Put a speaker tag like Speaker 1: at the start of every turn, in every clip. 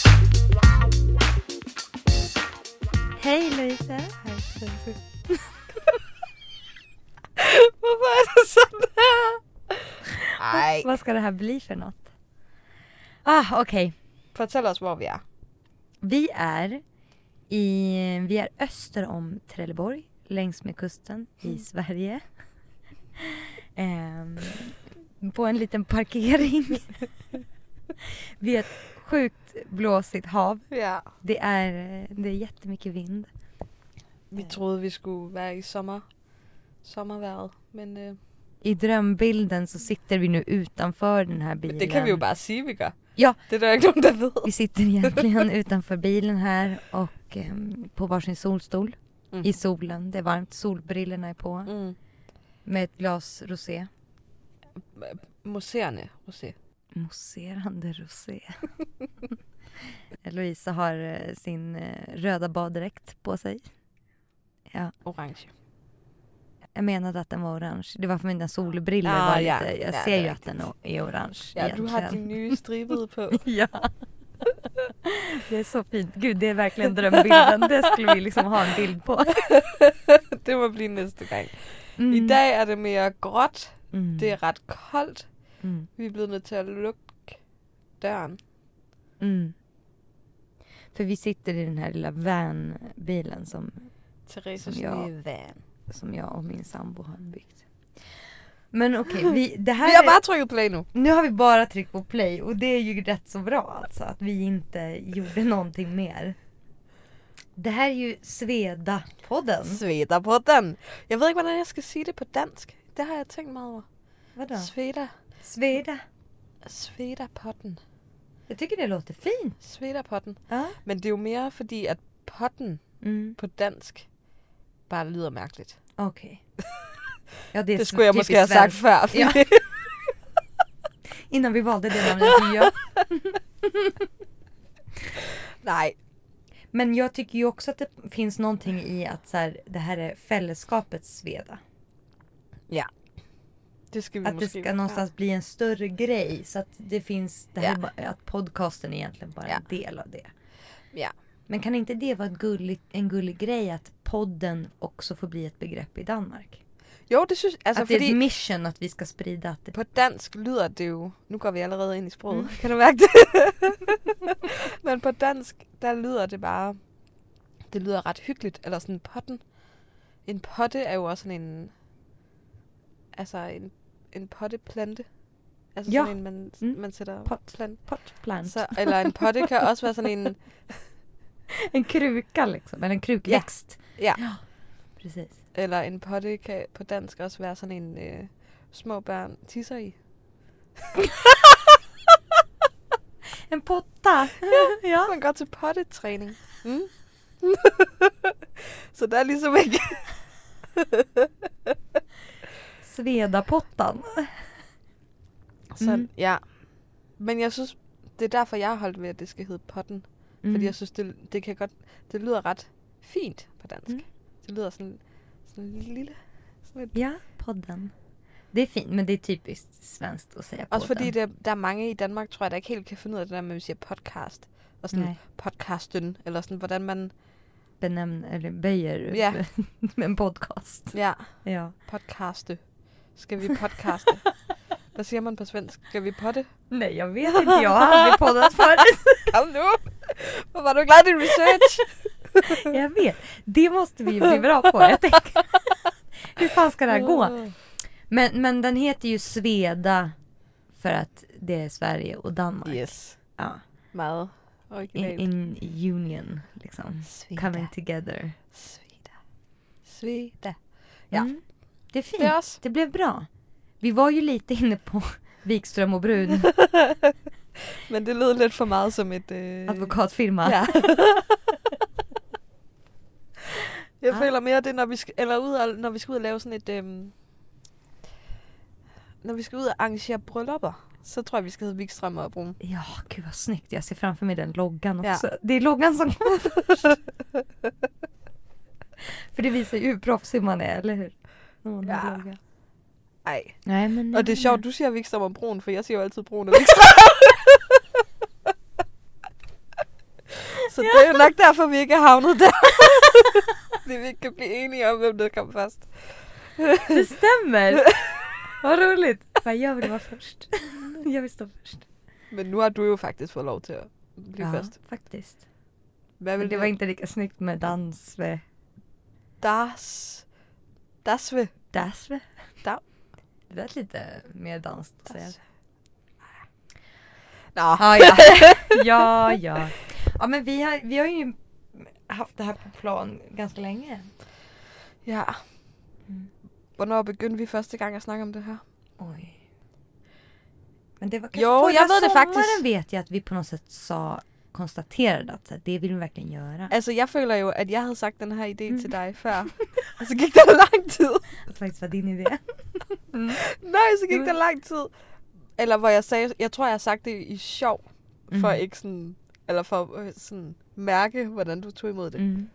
Speaker 1: Vad ska det här bli för något? Ah, okej.
Speaker 2: Fortsätt oss var vi är.
Speaker 1: Vi är i, vi är öster om Trelleborg, längs med kusten i Sverige. Ehm, på en liten parkering. Vid ett sjukt blåsigt hav.
Speaker 2: Ja.
Speaker 1: Det är, det är jättemycket vind.
Speaker 2: Vi
Speaker 1: Eh.
Speaker 2: trodde vi skulle vara i sommar, sommarväder. Men, eh,
Speaker 1: I drömbilden så sitter vi nu utanför den här bilen.
Speaker 2: men det kan vi ju bara säga vi gör.
Speaker 1: Ja.
Speaker 2: Det är det inte någon som vet.
Speaker 1: Vi sitter egentligen utanför bilen här och ehm, på varsin solstol.
Speaker 2: Mm.
Speaker 1: I solen, det är varmt, solbrillorna är på.
Speaker 2: Mm.
Speaker 1: Med ett glas rosé.
Speaker 2: Mousserande rosé.
Speaker 1: Mousserande rosé. Lovisa har eh, sin eh, röda baddräkt på sig.
Speaker 2: Orange.
Speaker 1: Jag menade att den var orange. Det var för mina solbrillor
Speaker 2: Ah,
Speaker 1: var
Speaker 2: ja.
Speaker 1: lite, jag
Speaker 2: Ja,
Speaker 1: ser
Speaker 2: det är
Speaker 1: ju att den är orange
Speaker 2: Ja, du har din
Speaker 1: egentligen.
Speaker 2: nya stripade på.
Speaker 1: Ja. Det är så fint. Gud, det är verkligen drömbilden. Det skulle vi liksom ha en bild på.
Speaker 2: det må bli nästa gång.
Speaker 1: Mm.
Speaker 2: Idag är det mer grått.
Speaker 1: Mm.
Speaker 2: Det är rätt kallt.
Speaker 1: Mm.
Speaker 2: Vi blir nødt til at lukke døren.
Speaker 1: Mm. För vi sitter i den här lilla vanbilen som,
Speaker 2: Therese
Speaker 1: Som jag-
Speaker 2: van.
Speaker 1: som jag och min sambo har byggt. Men okej, vi, det
Speaker 2: Vi har
Speaker 1: här är,
Speaker 2: bare trykket play nu.
Speaker 1: nu har vi bara tryckt på play och det är ju rätt så bra alltså att vi inte gjorde någonting mer. Det här är ju Sveda-podden.
Speaker 2: Sveder på den. Jeg ved ikke, hvordan jeg skal sige det på dansk. Det har jeg tænkt meget over.
Speaker 1: Vadå?
Speaker 2: Ja. Sveder.
Speaker 1: Sveda.
Speaker 2: Sveder på den.
Speaker 1: Jag tycker det låter fint.
Speaker 2: Sveder på den.
Speaker 1: Ja.
Speaker 2: Men det er jo mere fordi, at potten
Speaker 1: Mm,
Speaker 2: på dansk bare lyder mærkeligt.
Speaker 1: Okej. Ja, det är
Speaker 2: Det
Speaker 1: så
Speaker 2: skulle jeg måske
Speaker 1: typiskt
Speaker 2: have sagt
Speaker 1: svenskt.
Speaker 2: før.
Speaker 1: Ja.
Speaker 2: fordi-
Speaker 1: Innan vi valde det namnet. så Ja.
Speaker 2: Nej.
Speaker 1: Men jag tycker ju också att det finns någonting i att så här, det här är fällskapets sveda.
Speaker 2: Det skal vi
Speaker 1: Att det
Speaker 2: måske...
Speaker 1: ska någonstans bli en større grej. Så att det finns det här
Speaker 2: Ja.
Speaker 1: ba- att podcasten är egentligen bara en del av det.
Speaker 2: Ja.
Speaker 1: Men kan inte det vara ett gulligt, en gullig grej att podden också får bli ett begrepp i Danmark?
Speaker 2: Jo, Alltså, det synes... Altså,
Speaker 1: att det är
Speaker 2: fordi
Speaker 1: ett mission att vi ska sprida att det...
Speaker 2: På dansk lyder det jo, nu går vi allerede ind i sproget,
Speaker 1: Mm.
Speaker 2: kan du mærke det? Men på dansk, der lyder det bare, det lyder ret hyggeligt, eller sådan potten. En potte er jo også sådan en, altså en, en potteplante. Altså
Speaker 1: Ja.
Speaker 2: sådan en, man,
Speaker 1: Mm.
Speaker 2: man sætter
Speaker 1: Pot.
Speaker 2: plant.
Speaker 1: Potplant.
Speaker 2: Så, eller en potte kan også være sådan en,
Speaker 1: En kruka liksom, eller en krukväxt.
Speaker 2: Ja.
Speaker 1: Precis.
Speaker 2: eller en potte kan på dansk også være sådan en, øh, små børn tisser i.
Speaker 1: En potta! ja.
Speaker 2: Man går til pottetræning. Mm. Så der er ligesom ikke
Speaker 1: Svedapottan.
Speaker 2: Så,
Speaker 1: Mm.
Speaker 2: ja. Men jeg synes, det er derfor, jeg har holdt ved, at det skal hedde potten. Mm. Fordi jeg synes, det, det kan godt... Det lyder ret fint på dansk.
Speaker 1: Mm.
Speaker 2: Mm. Det lyder sådan, sådan lille... Sådan lidt.
Speaker 1: Ja, podden. Det är fint, men det är typiskt svenskt att säga podden.
Speaker 2: Også fordi Alltså, det, der er mange i Danmark, tror jeg, der ikke helt kan finde ud af det der med, at vi siger podcast. Og sådan
Speaker 1: Nej,
Speaker 2: podcasten, eller sådan, hvordan man...
Speaker 1: benämn, eller böjer
Speaker 2: Ja.
Speaker 1: med en podcast.
Speaker 2: Ja,
Speaker 1: Ja.
Speaker 2: podcaste. Skal vi podcaste? Hvad siger man på svensk? Skal vi potte?
Speaker 1: Nej, jag vet inte. Jag har aldrig poddat förut.
Speaker 2: Kom nu! Hvor var du glad i din research?
Speaker 1: Jag vet. Det måste vi ju bli bra på. Jag tänker. Hur fan ska det här gå? Men, men den heter ju Sveda för att det är Sverige och Danmark.
Speaker 2: Yes.
Speaker 1: Ja.
Speaker 2: Meget
Speaker 1: In,
Speaker 2: originalt.
Speaker 1: in union, liksom.
Speaker 2: Sveda.
Speaker 1: Coming together.
Speaker 2: Sveda. Sveda. Ja.
Speaker 1: Mm. Det är fint.
Speaker 2: Det är oss.
Speaker 1: Det blev bra. Vi var ju lite inne på Wikström och Brun
Speaker 2: Men det lød lidt for meget som et... Øh...
Speaker 1: advokatfirma.
Speaker 2: Ja. Jeg
Speaker 1: Ah.
Speaker 2: føler mere det, når vi skal, eller ud og, når vi skal ud og lave sådan et... Øhm... Når vi skal ud og arrangere bryllupper, så tror jeg, vi skal hedde Wikstrøm og Brun.
Speaker 1: Ja, gud vad snyggt. Jag ser framför mig den loggan
Speaker 2: Ja.
Speaker 1: också. Det är loggan som kommer först. För det visar ju hur proffsig man är, eller hur? När man har
Speaker 2: Ja.
Speaker 1: logga.
Speaker 2: Nej.
Speaker 1: Nej, men,
Speaker 2: Og det er sjovt, du siger Wikstrøm og Brun, for jeg siger jo altid Brun og Wikstrøm. så det er jo nok derfor, vi ikke er havnet der. det vi ikke kan blive enige om, hvem der kom først.
Speaker 1: Det stämmer! Vad roligt! Bara, jag vill vara först. Jag vill stå först.
Speaker 2: Men nu har du jo faktisk fået lov til at blive ja. først.
Speaker 1: faktiskt.
Speaker 2: Hvad
Speaker 1: Men
Speaker 2: vil
Speaker 1: det var inte lika snyggt med dansve.
Speaker 2: Das... Dasve.
Speaker 1: Dansve?
Speaker 2: Da-
Speaker 1: Det lät lite mer danskt att säga.
Speaker 2: Das. Nå,
Speaker 1: Ja, Ah, ja. ja, ja. Ja, men vi har, vi har ju haft det här på plan ganska länge.
Speaker 2: ja.
Speaker 1: Mm.
Speaker 2: Hvornår begyndte vi første gang at snakke om det her?
Speaker 1: Oj. Men det var kanske
Speaker 2: Jo,
Speaker 1: förra
Speaker 2: jag vet det
Speaker 1: sommaren
Speaker 2: faktiskt.
Speaker 1: vet jag att vi på något sätt sa, konstaterade att så här, det vill vi verkligen göra.
Speaker 2: Altså, jeg føler jo, at jeg havde sagt den her idé mm. til dig før. Og så gik der lang tid.
Speaker 1: Att det faktiskt var din idé.
Speaker 2: Nej, så gik
Speaker 1: Jo.
Speaker 2: der lang tid. Eller hvor jeg sagde, jeg tror, jeg har sagt det i sjov. For
Speaker 1: Mhm.
Speaker 2: ikke sådan, eller for øh, sådan mærke, hvordan du tog imod det.
Speaker 1: Mm.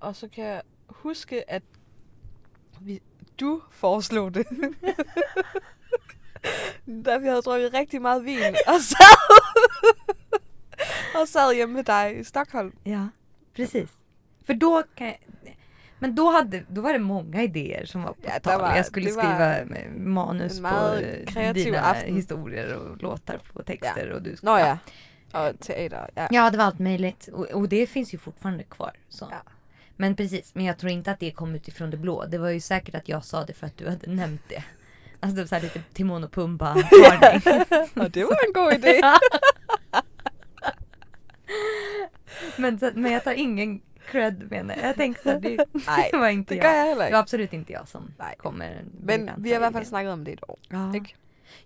Speaker 2: Og så kan jeg huske, at vi, du foreslog det. da vi havde drukket rigtig meget vin og
Speaker 1: Alltså!
Speaker 2: sad, og sad hjemme med dig i Stockholm.
Speaker 1: Ja, precis. För då kan jag, men då, hade, då var det många idéer som var på
Speaker 2: Ja, det
Speaker 1: tal.
Speaker 2: var-
Speaker 1: jag skulle
Speaker 2: det var
Speaker 1: skriva eh, manus
Speaker 2: en
Speaker 1: på
Speaker 2: meget
Speaker 1: eh,
Speaker 2: kreativ
Speaker 1: dina
Speaker 2: aften.
Speaker 1: historier og låtar på texter. Och du skulle,
Speaker 2: Nå ja, og teater. Ja.
Speaker 1: Ja, det var allt möjligt. Och, och det finns ju fortfarande kvar. Så.
Speaker 2: Ja.
Speaker 1: Men precis, men jag tror inte att det kom utifrån det blå. Det var ju säkert att jag sa det för att du hade nämnt det. Alltså det var så här lite Timon och Pumba varning.
Speaker 2: Og det var en god idé.
Speaker 1: men, så- men jag tar ingen cred menar jag. Jag tänkte så här, det,
Speaker 2: Nej,
Speaker 1: det var inte
Speaker 2: Det
Speaker 1: jag.
Speaker 2: gør jeg heller
Speaker 1: Det var
Speaker 2: ikke.
Speaker 1: absolut inte jag som
Speaker 2: Nej.
Speaker 1: kommer. med
Speaker 2: Men vi har i hvert fald
Speaker 1: idén.
Speaker 2: snakket om det Ah. i et år.
Speaker 1: ja.
Speaker 2: Ikke?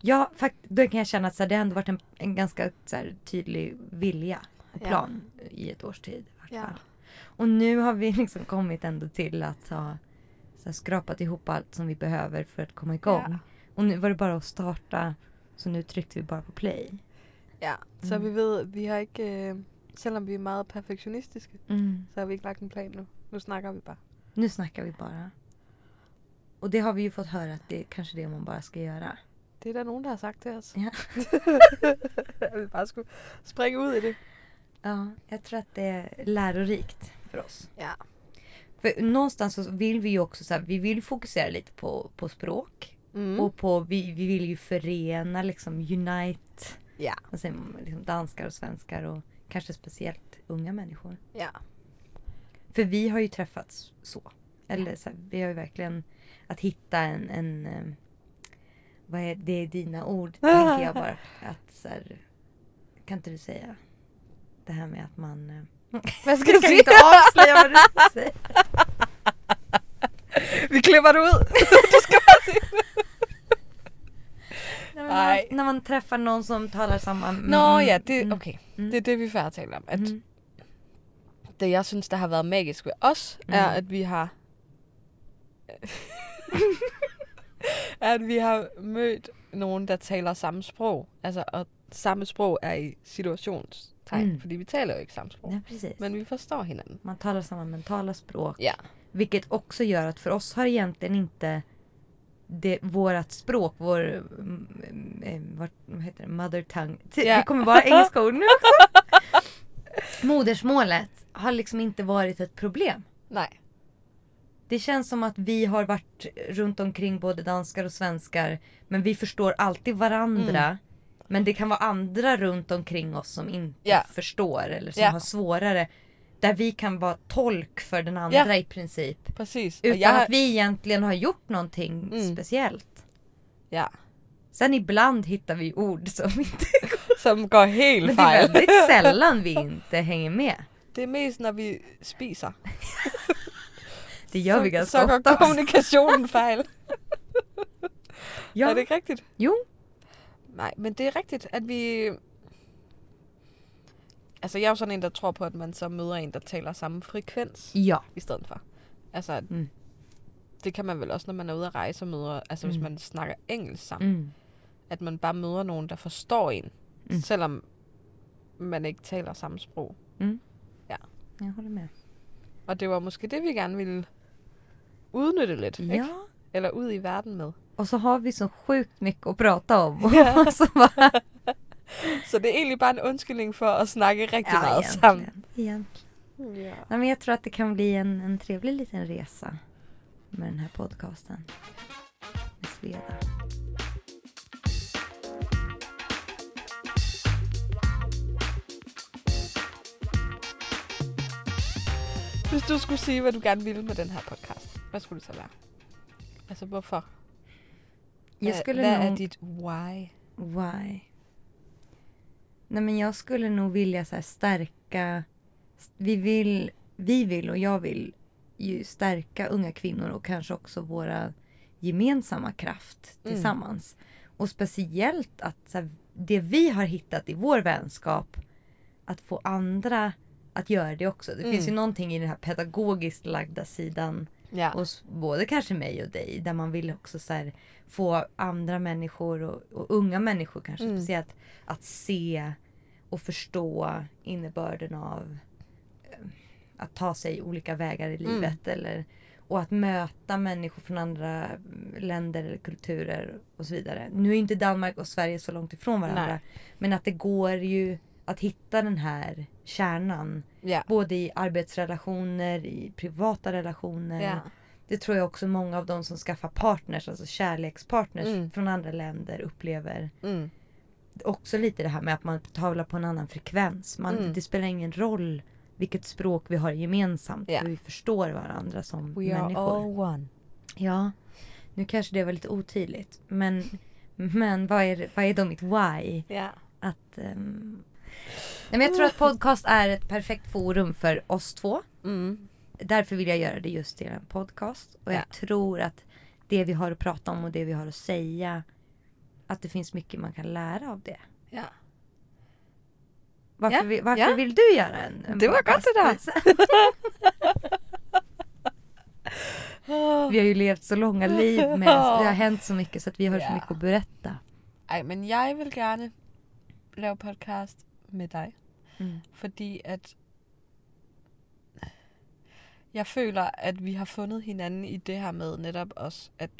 Speaker 1: ja, fakt- då kan jag känna att så här, det har ändå varit en, en ganska så här, tydlig vilja och
Speaker 2: Ja.
Speaker 1: plan i ett års tid. i vart
Speaker 2: Ja.
Speaker 1: fall. Och nu har vi liksom kommit ändå till att ha så här, skrapat ihop allt som vi behöver för att komma igång.
Speaker 2: Ja.
Speaker 1: Och nu var det bara att starta. Så nu tryckte vi bara på play.
Speaker 2: Ja, så
Speaker 1: Mm.
Speaker 2: vi ved, vi har ikke, øh, selvom vi er meget perfektionistiske,
Speaker 1: Mm.
Speaker 2: så har vi ikke lagt en plan nu. Nu snakker vi bare.
Speaker 1: Nu snackar vi bara. Och det har vi ju fått höra att det är kanske det man bara ska göra.
Speaker 2: Det er der nogen, der har sagt til os.
Speaker 1: Ja.
Speaker 2: At vi bare skulle springe ud i det.
Speaker 1: Ja, jag tror att det är lärorikt för oss.
Speaker 2: Ja.
Speaker 1: För någonstans så vill vi ju också så här, vi vill fokusera lite på, på språk.
Speaker 2: Mm.
Speaker 1: Och på, vi, vi vill ju förena liksom unite,
Speaker 2: Ja.
Speaker 1: vad säger man, liksom danskar och svenskar och kanske speciellt unga människor.
Speaker 2: Ja.
Speaker 1: För vi har ju träffats så. Eller så här, vi har ju verkligen att hitta en, en eh, vad är, det är dina ord tänker jag bara. Att så här, kan inte du säga det här med att man eh,
Speaker 2: Hvad
Speaker 1: jag
Speaker 2: skal
Speaker 1: kan
Speaker 2: jeg sige?
Speaker 1: inte avslöja vad du ska säga.
Speaker 2: Vi klipper det ud.
Speaker 1: Nej, men När,
Speaker 2: Nej.
Speaker 1: man, när man träffar någon som talar samma...
Speaker 2: Nå
Speaker 1: mm,
Speaker 2: ja, det,
Speaker 1: mm,
Speaker 2: okay.
Speaker 1: Mm.
Speaker 2: det er det, vi før taler om. At
Speaker 1: mm,
Speaker 2: det, jeg synes, der har været magisk ved os,
Speaker 1: Mm.
Speaker 2: er, at vi har... er, at vi har mødt nogen, der taler samme sprog. Altså, og samme sprog er i situationstegn,
Speaker 1: Mm.
Speaker 2: fordi vi taler jo ikke samme sprog.
Speaker 1: Nej, precis.
Speaker 2: Men vi förstår hinanden.
Speaker 1: Man talar samma mentala språk.
Speaker 2: Ja.
Speaker 1: Vilket också gör att för oss har egentligen inte det, vårat språk, vår... mm, eh, Vart, vad heter det? Mother tongue. Ty-
Speaker 2: Ja.
Speaker 1: Det kommer bara engelska ord nu också. Modersmålet har liksom inte varit ett problem.
Speaker 2: Nej.
Speaker 1: Det känns som att vi har varit runt omkring både danskar och svenskar. Men vi förstår alltid varandra.
Speaker 2: Mm.
Speaker 1: Men det kan vara andra runt omkring oss som inte
Speaker 2: Ja.
Speaker 1: förstår eller som
Speaker 2: Ja.
Speaker 1: har svårare. Där vi kan vara tolk för den andra i princip.
Speaker 2: Precis.
Speaker 1: Utan
Speaker 2: jag,
Speaker 1: att vi egentligen har gjort någonting
Speaker 2: Mm.
Speaker 1: speciellt.
Speaker 2: Ja.
Speaker 1: Sen ibland hittar vi ord som inte
Speaker 2: Som går helt
Speaker 1: Men det är
Speaker 2: fel.
Speaker 1: väldigt sällan vi inte hänger med.
Speaker 2: Det är mest när vi spiser.
Speaker 1: Det gör vi
Speaker 2: så, så
Speaker 1: ganska
Speaker 2: går
Speaker 1: ofta. också.
Speaker 2: kommunikationen fel.
Speaker 1: Ja.
Speaker 2: Är det inte riktigt?
Speaker 1: Jo.
Speaker 2: Nej, men det är riktigt att vi... Alltså jag är ju sådan en, der tror på, att man så møder en, der taler samme frekvens
Speaker 1: Ja.
Speaker 2: i stedet for. Altså,
Speaker 1: Mm.
Speaker 2: det kan man vel også, når man er ude at rejse og møder, altså mm. hvis
Speaker 1: Mm.
Speaker 2: man snakker engelsk sammen,
Speaker 1: Mm.
Speaker 2: at man bare møder nogen, der forstår en,
Speaker 1: Mm.
Speaker 2: selvom man ikke taler samme sprog.
Speaker 1: Jag håller med.
Speaker 2: Og det var måske det, vi gerne ville udnytte lidt, ikke?
Speaker 1: Ja.
Speaker 2: Eller ud i verden med.
Speaker 1: Och så har vi så sjukt mycket att prata om. Och så bara,
Speaker 2: Så det er egentlig bare en undskyldning for at snakke rigtig ja, meget
Speaker 1: egentligen.
Speaker 2: sammen.
Speaker 1: Egentligen.
Speaker 2: Ja.
Speaker 1: Nej, men jag tror att det kan bli en, en trevlig liten resa med den här podcasten. Med Sveda.
Speaker 2: Hvis du skulle sige, hvad du gerne ville med den her podcast, hvad skulle det så være? Altså, hvorfor?
Speaker 1: Jag
Speaker 2: Hvad-
Speaker 1: skulle
Speaker 2: Hvad
Speaker 1: nog...
Speaker 2: er dit why?
Speaker 1: Why? Nej men jag skulle nog vilja så här stärka... Vi vill, vi vill och jag vill ju stärka unga kvinnor och kanske också våra gemensamma kraft
Speaker 2: Mm.
Speaker 1: tillsammans. Och speciellt att så här, det vi har hittat i vår vänskap, att få andra att göra det också. Det finns ju
Speaker 2: Mm.
Speaker 1: någonting i den här pedagogiskt lagda sidan
Speaker 2: Ja.
Speaker 1: hos både kanske mig och dig där man vill också så här, få andra människor och, och unga människor kanske
Speaker 2: Mm.
Speaker 1: speciellt att se och förstå innebörden av eh, att ta sig olika vägar i
Speaker 2: Mm.
Speaker 1: livet eller och att möta människor från andra mm, länder eller kulturer och så vidare. Nu är inte Danmark och Sverige så långt ifrån varandra
Speaker 2: Nej.
Speaker 1: men att det går ju att hitta den här kärnan
Speaker 2: Ja.
Speaker 1: både i arbetsrelationer, i privata relationer
Speaker 2: Ja.
Speaker 1: det tror jag också många av de som skaffar partners, alltså kärlekspartners
Speaker 2: Mm.
Speaker 1: från andra länder upplever.
Speaker 2: Mm.
Speaker 1: Också lite det här med att man tavlar på en annan frekvens. Man,
Speaker 2: Mm.
Speaker 1: Det spelar ingen roll vilket språk vi har gemensamt.
Speaker 2: Ja.
Speaker 1: För vi förstår varandra som
Speaker 2: We are
Speaker 1: människor.
Speaker 2: all one.
Speaker 1: Ja. Nu kanske det var lite otydligt. Men, men vad, är, det- vad är då mitt why?
Speaker 2: Ja.
Speaker 1: Att, ehm, Nej, men jag tror att podcast är ett perfekt forum för oss två.
Speaker 2: Mm.
Speaker 1: därför vill jag göra det just till en podcast. Och jag
Speaker 2: Ja.
Speaker 1: tror att det vi har att prata om och det vi har att säga, att det finns mycket man kan lära av det.
Speaker 2: Ja.
Speaker 1: Varför,
Speaker 2: Ja,
Speaker 1: vi, varför
Speaker 2: ja.
Speaker 1: vill du göra en, en
Speaker 2: Det var gott det där.
Speaker 1: där!
Speaker 2: Oh.
Speaker 1: Vi har ju levt så långa liv men det har hänt så mycket så att vi har så
Speaker 2: Ja.
Speaker 1: mycket att berätta.
Speaker 2: Ej, men jeg vil gerne lave podcast med dig.
Speaker 1: Mm.
Speaker 2: Fordi at jeg føler, at vi har fundet hinanden i det her med netop også, at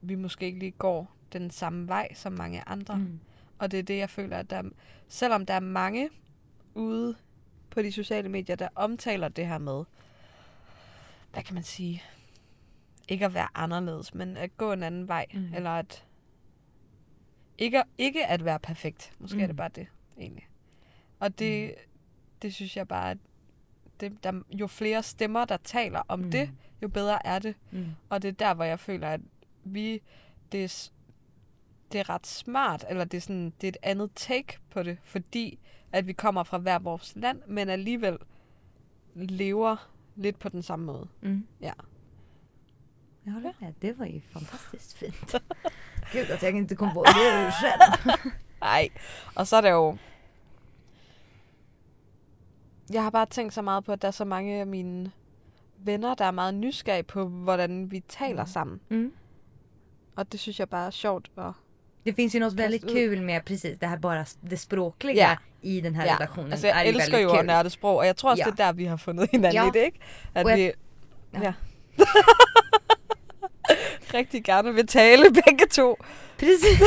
Speaker 2: vi måske ikke lige går den samme vej som mange andre.
Speaker 1: Mm.
Speaker 2: Og det er det, jeg føler, at der, selvom der er mange ude på de sociale medier, der omtaler det her med, hvad kan man sige, ikke at være anderledes, men at gå en anden vej,
Speaker 1: Mm.
Speaker 2: mm. eller at ikke, at- ikke at være perfekt. Måske mm. er
Speaker 1: Mm.
Speaker 2: det bare det, egentlig. Og det, mm. det synes jeg bare, at det, der, jo flere stemmer, der taler om
Speaker 1: Mm.
Speaker 2: mm. det, jo bedre er det.
Speaker 1: Mm.
Speaker 2: Og det er der, hvor jeg føler, at vi, det er, s- det er ret smart, eller det er, sådan, det er et andet take på det, fordi at vi kommer fra hver vores land, men alligevel lever lidt på den samme måde.
Speaker 1: Mm.
Speaker 2: Ja.
Speaker 1: Jag håller med, det var ju fantastiskt fint. Gud att jag inte kom på det själv.
Speaker 2: Nej. Og så er der jo... Jeg har bare tænkt så meget på, at der er så mange af mine venner, der er meget nysgerrige på, hvordan vi taler sammen.
Speaker 1: Mm.
Speaker 2: Og det synes jeg bare er sjovt at
Speaker 1: Det finns ju något väldigt
Speaker 2: ut.
Speaker 1: kul med precis det här bara det språkliga
Speaker 2: Ja. alltså,
Speaker 1: i den här relationen.
Speaker 2: Altså, jeg
Speaker 1: är ju
Speaker 2: elsker
Speaker 1: väldigt
Speaker 2: jo at nørde sprog, og jeg tror også,
Speaker 1: Ja.
Speaker 2: det er der, vi har fundet hinanden
Speaker 1: Ja.
Speaker 2: i det, ikke? At
Speaker 1: Og jeg-
Speaker 2: vi
Speaker 1: Ja.
Speaker 2: ja. Ja. rigtig gerne vil tale begge to.
Speaker 1: Precis!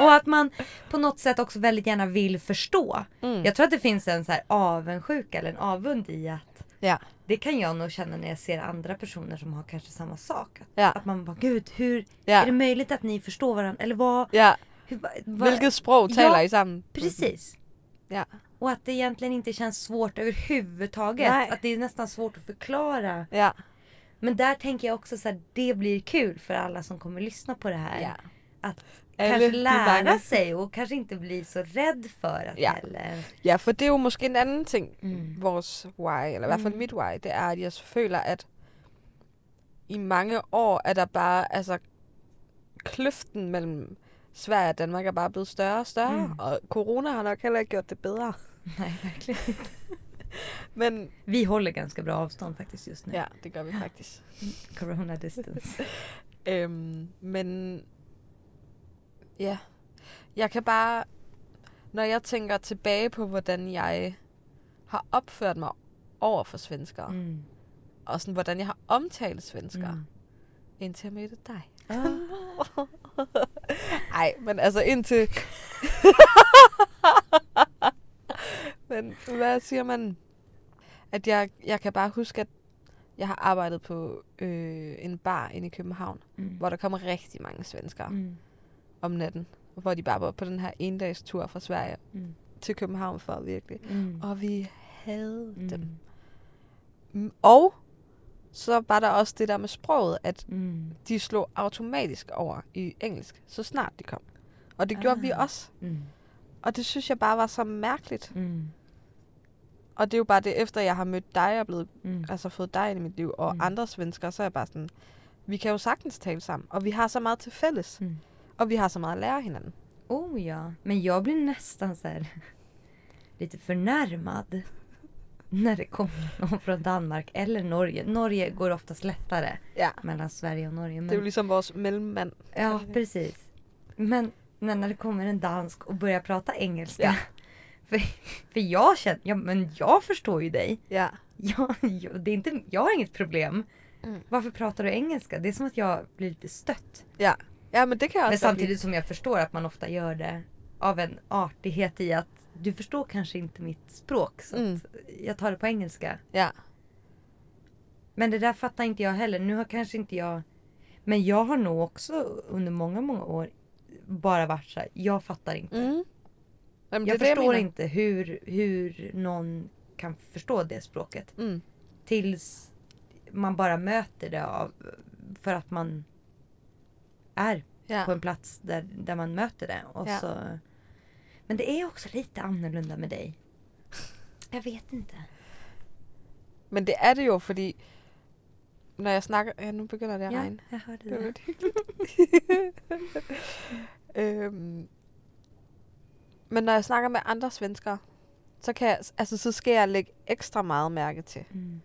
Speaker 1: Och att man på något sätt också väldigt gärna vill förstå.
Speaker 2: Mm.
Speaker 1: Jag tror att det finns en så här avundsjuka eller en avund i att
Speaker 2: Ja.
Speaker 1: det kan jag nog känna när jag ser andra personer som har kanske samma sak. Att,
Speaker 2: Ja.
Speaker 1: att man bara, gud hur
Speaker 2: Ja.
Speaker 1: är det möjligt att ni förstår varandra? Eller vad?
Speaker 2: ja.
Speaker 1: Hur, vad- vad
Speaker 2: Hvilket sprog
Speaker 1: Ja,
Speaker 2: taler I sammen?
Speaker 1: Precis!
Speaker 2: Ja.
Speaker 1: Och att det egentligen inte känns svårt överhuvudtaget.
Speaker 2: Nej.
Speaker 1: Att det är nästan svårt att förklara.
Speaker 2: Ja.
Speaker 1: Men där tänker jag också så här, det blir kul för alla som kommer lyssna på det här.
Speaker 2: ja.
Speaker 1: Att
Speaker 2: Eller
Speaker 1: kanske
Speaker 2: de
Speaker 1: lära
Speaker 2: många.
Speaker 1: sig och kanske inte bli så rädd för att
Speaker 2: Ja.
Speaker 1: heller.
Speaker 2: Ja, for det er jo måske en anden ting,
Speaker 1: Mm.
Speaker 2: mm. vores why, eller i hvert fald
Speaker 1: Mm.
Speaker 2: mit why, det er, at jeg føler, at i mange år er der bare, altså, kløften mellem Sverige og Danmark er bare blevet større og større,
Speaker 1: Mm.
Speaker 2: mm. og corona har nok heller ikke gjort det bedre.
Speaker 1: Nej, verkligen.
Speaker 2: Men
Speaker 1: Vi håller ganska bra avstånd faktiskt just nu.
Speaker 2: ja, det gør vi faktisk.
Speaker 1: Corona distance.
Speaker 2: Øhm, men ja, jeg kan bare, når jeg tænker tilbage på, hvordan jeg har opført mig over for svenskere, mm.
Speaker 1: Mm.
Speaker 2: og sådan, hvordan jeg har omtalt svenskere,
Speaker 1: Mm.
Speaker 2: Indtil jeg mødte dig.
Speaker 1: Ah.
Speaker 2: Nej, men altså indtil... men hvad siger man? At jeg, jeg kan bare huske, at jeg har arbejdet på øh, en bar inde i København,
Speaker 1: Mm.
Speaker 2: hvor der kommer rigtig mange svenskere
Speaker 1: Mm.
Speaker 2: om natten. Hvor de bare var på den her endags tur fra Sverige
Speaker 1: Mm.
Speaker 2: til København for virkelig.
Speaker 1: Mm.
Speaker 2: Og vi havde mm. dem.
Speaker 1: Mm.
Speaker 2: Mm, Og så var der også det der med sproget, at
Speaker 1: Mm.
Speaker 2: de slog automatisk over i engelsk, så snart de kom. Og det gjorde vi
Speaker 1: Ah.
Speaker 2: også.
Speaker 1: Mm.
Speaker 2: Og det synes jeg bare var så mærkeligt.
Speaker 1: Mm.
Speaker 2: Og det er jo bare det, efter jeg har mødt dig og blevet,
Speaker 1: Mm.
Speaker 2: altså fået dig ind i mit liv, og
Speaker 1: Mm.
Speaker 2: andre svensker, så er jeg bare sådan, vi kan jo sagtens tale sammen, og vi har så meget til fælles,
Speaker 1: Mm.
Speaker 2: og vi har så meget at lære af hinanden.
Speaker 1: Oh ja, men jag blir nästan så här lite förnärmad när det kommer någon från Danmark eller Norge. Norge går oftast lättare
Speaker 2: Ja,
Speaker 1: mellan Sverige och Norge. Men,
Speaker 2: det er jo ligesom vores mellemmand.
Speaker 1: Ja, precis. Men, men när det kommer en dansk och börjar prata engelska.
Speaker 2: Ja.
Speaker 1: För, för jag känner, ja men jag förstår ju dig.
Speaker 2: Ja,
Speaker 1: Jag, jag, det är inte, jag har inget problem.
Speaker 2: Mm.
Speaker 1: Varför pratar du engelska? Det är som att jag blir lite stött.
Speaker 2: ja. ja men Alltså, det kan jeg
Speaker 1: Men
Speaker 2: også godt lide.
Speaker 1: samtidigt som jag förstår att man ofta gör det av en artighet i att du förstår kanske inte mitt språk så
Speaker 2: Mm.
Speaker 1: att jag tar det på engelska.
Speaker 2: Ja,
Speaker 1: Men det där fattar inte jag heller. Nu har kanske inte jag... Men jag har nog också under många, många år bara varit så här, jag fattar inte.
Speaker 2: mm. Jamen,
Speaker 1: jag
Speaker 2: det er det,
Speaker 1: förstår
Speaker 2: mener.
Speaker 1: inte hur, hur någon kan förstå det språket.
Speaker 2: Mm.
Speaker 1: Tills man bara möter det av, för att man är
Speaker 2: Ja.
Speaker 1: på en plats där, där man möter det. Och
Speaker 2: Ja.
Speaker 1: så... Men det är också lite annorlunda med dig. Jag vet inte.
Speaker 2: Men det er det jo, fordi når jeg snakker... Ja, Mm. nu begynder det at regne.
Speaker 1: jag hörde
Speaker 2: Det var
Speaker 1: det.
Speaker 2: lidt hyggeligt. øhm, men når jeg snakker med andre svenskere, så, kan jeg, altså, så skal jeg lægge ekstra meget mærke til,
Speaker 1: Mm.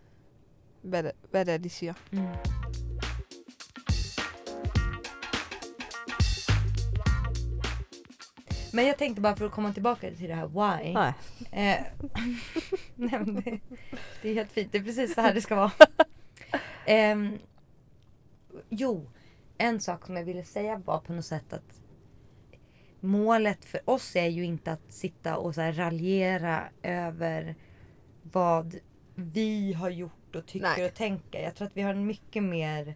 Speaker 2: hvad det, hvad det er, de siger.
Speaker 1: Mm. Men jag tänkte bara för att komma tillbaka till det här why.
Speaker 2: Nej.
Speaker 1: Eh, nej, men det, det är helt fint. Det är precis så här det ska vara. Ehm, jo, en sak som jag ville säga var på något sätt att målet för oss är ju inte att sitta och så här raljera över vad vi har gjort och tycker
Speaker 2: Nej.
Speaker 1: och tänker. Jag tror att vi har en mycket mer...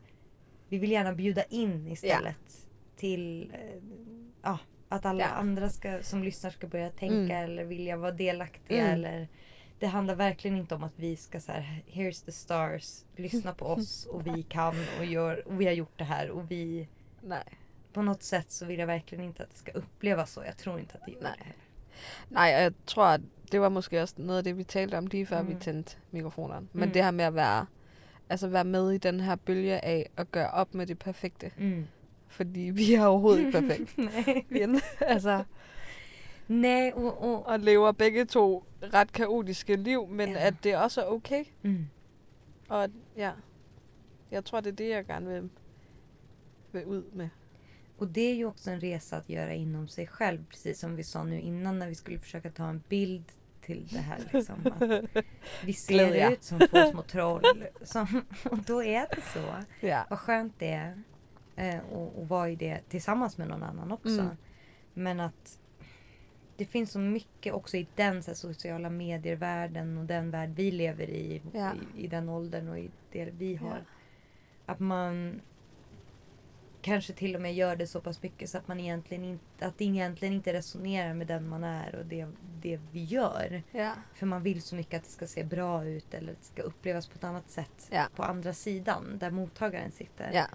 Speaker 1: Vi vill gärna bjuda in istället till eh, ja, att alla
Speaker 2: Ja.
Speaker 1: andra ska, som lyssnar ska börja tänka eller vilja vara delaktiga.
Speaker 2: Mm.
Speaker 1: Eller, det handlar verkligen inte om att vi ska så här, here's the stars, lyssna på oss och vi kan och, gör, och vi har gjort det här och vi...
Speaker 2: Nej.
Speaker 1: På något sätt så vill jag verkligen inte att det ska upplevas så. Jag tror inte att det gör
Speaker 2: Nej.
Speaker 1: det. heller.
Speaker 2: Nej, og jeg tror, at det var måske også noget af det, vi talte om lige før, mm. vi
Speaker 1: Mm.
Speaker 2: tændte mikrofonerne. Men
Speaker 1: Mm.
Speaker 2: det her med at være, altså være med i den her bølge af at gøre op med det perfekte.
Speaker 1: Mm.
Speaker 2: Fordi vi er overhovedet ikke perfekt.
Speaker 1: Nej.
Speaker 2: Vi er, altså,
Speaker 1: Alltså. Nej och... och
Speaker 2: og lever begge to ret kaotiske liv, men
Speaker 1: Ja.
Speaker 2: ja. at det også er okay.
Speaker 1: mm.
Speaker 2: Og at- ja, jeg tror, det er det, jeg gerne vil, vil ud med.
Speaker 1: Och det är ju også en resa att göra inom sig själv. Precis som vi sa nu innan när vi skulle försöka ta en bild till det här. Liksom, att vi
Speaker 2: Glädje.
Speaker 1: ser ut som två små troll. Som, och då är det så.
Speaker 2: Ja.
Speaker 1: Vad skönt det är. Eh, och, och vara i det tillsammans med någon annan också.
Speaker 2: Mm.
Speaker 1: Men att det finns så mycket också i den så här, sociala medier-världen och den värld vi lever i,
Speaker 2: Ja.
Speaker 1: i. I den åldern och i det vi har.
Speaker 2: Ja.
Speaker 1: Att man kanske till och med gör det så pass mycket så att, man egentligen inte, att det egentligen inte resonerar med den man är och det, det vi gör.
Speaker 2: ja.
Speaker 1: För man vill så mycket att det ska se bra ut eller att det ska upplevas på ett annat sätt
Speaker 2: Ja.
Speaker 1: på andra sidan där mottagaren sitter.
Speaker 2: Ja.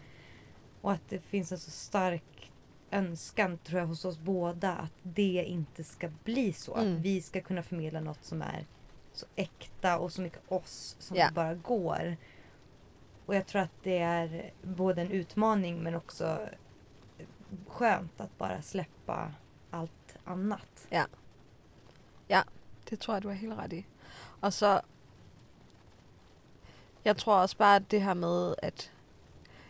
Speaker 1: Och att det finns en så stark önskan tror jag hos oss båda att det inte ska bli så.
Speaker 2: Mm.
Speaker 1: Att vi ska kunna förmedla något som är så äkta och så mycket oss som
Speaker 2: Ja.
Speaker 1: det bara går. Och jag tror att det är både en utmaning men också skönt att bara släppa allt annat.
Speaker 2: Det tror jeg, du har helt ret i. Og så... Jeg tror også bare, at det her med, at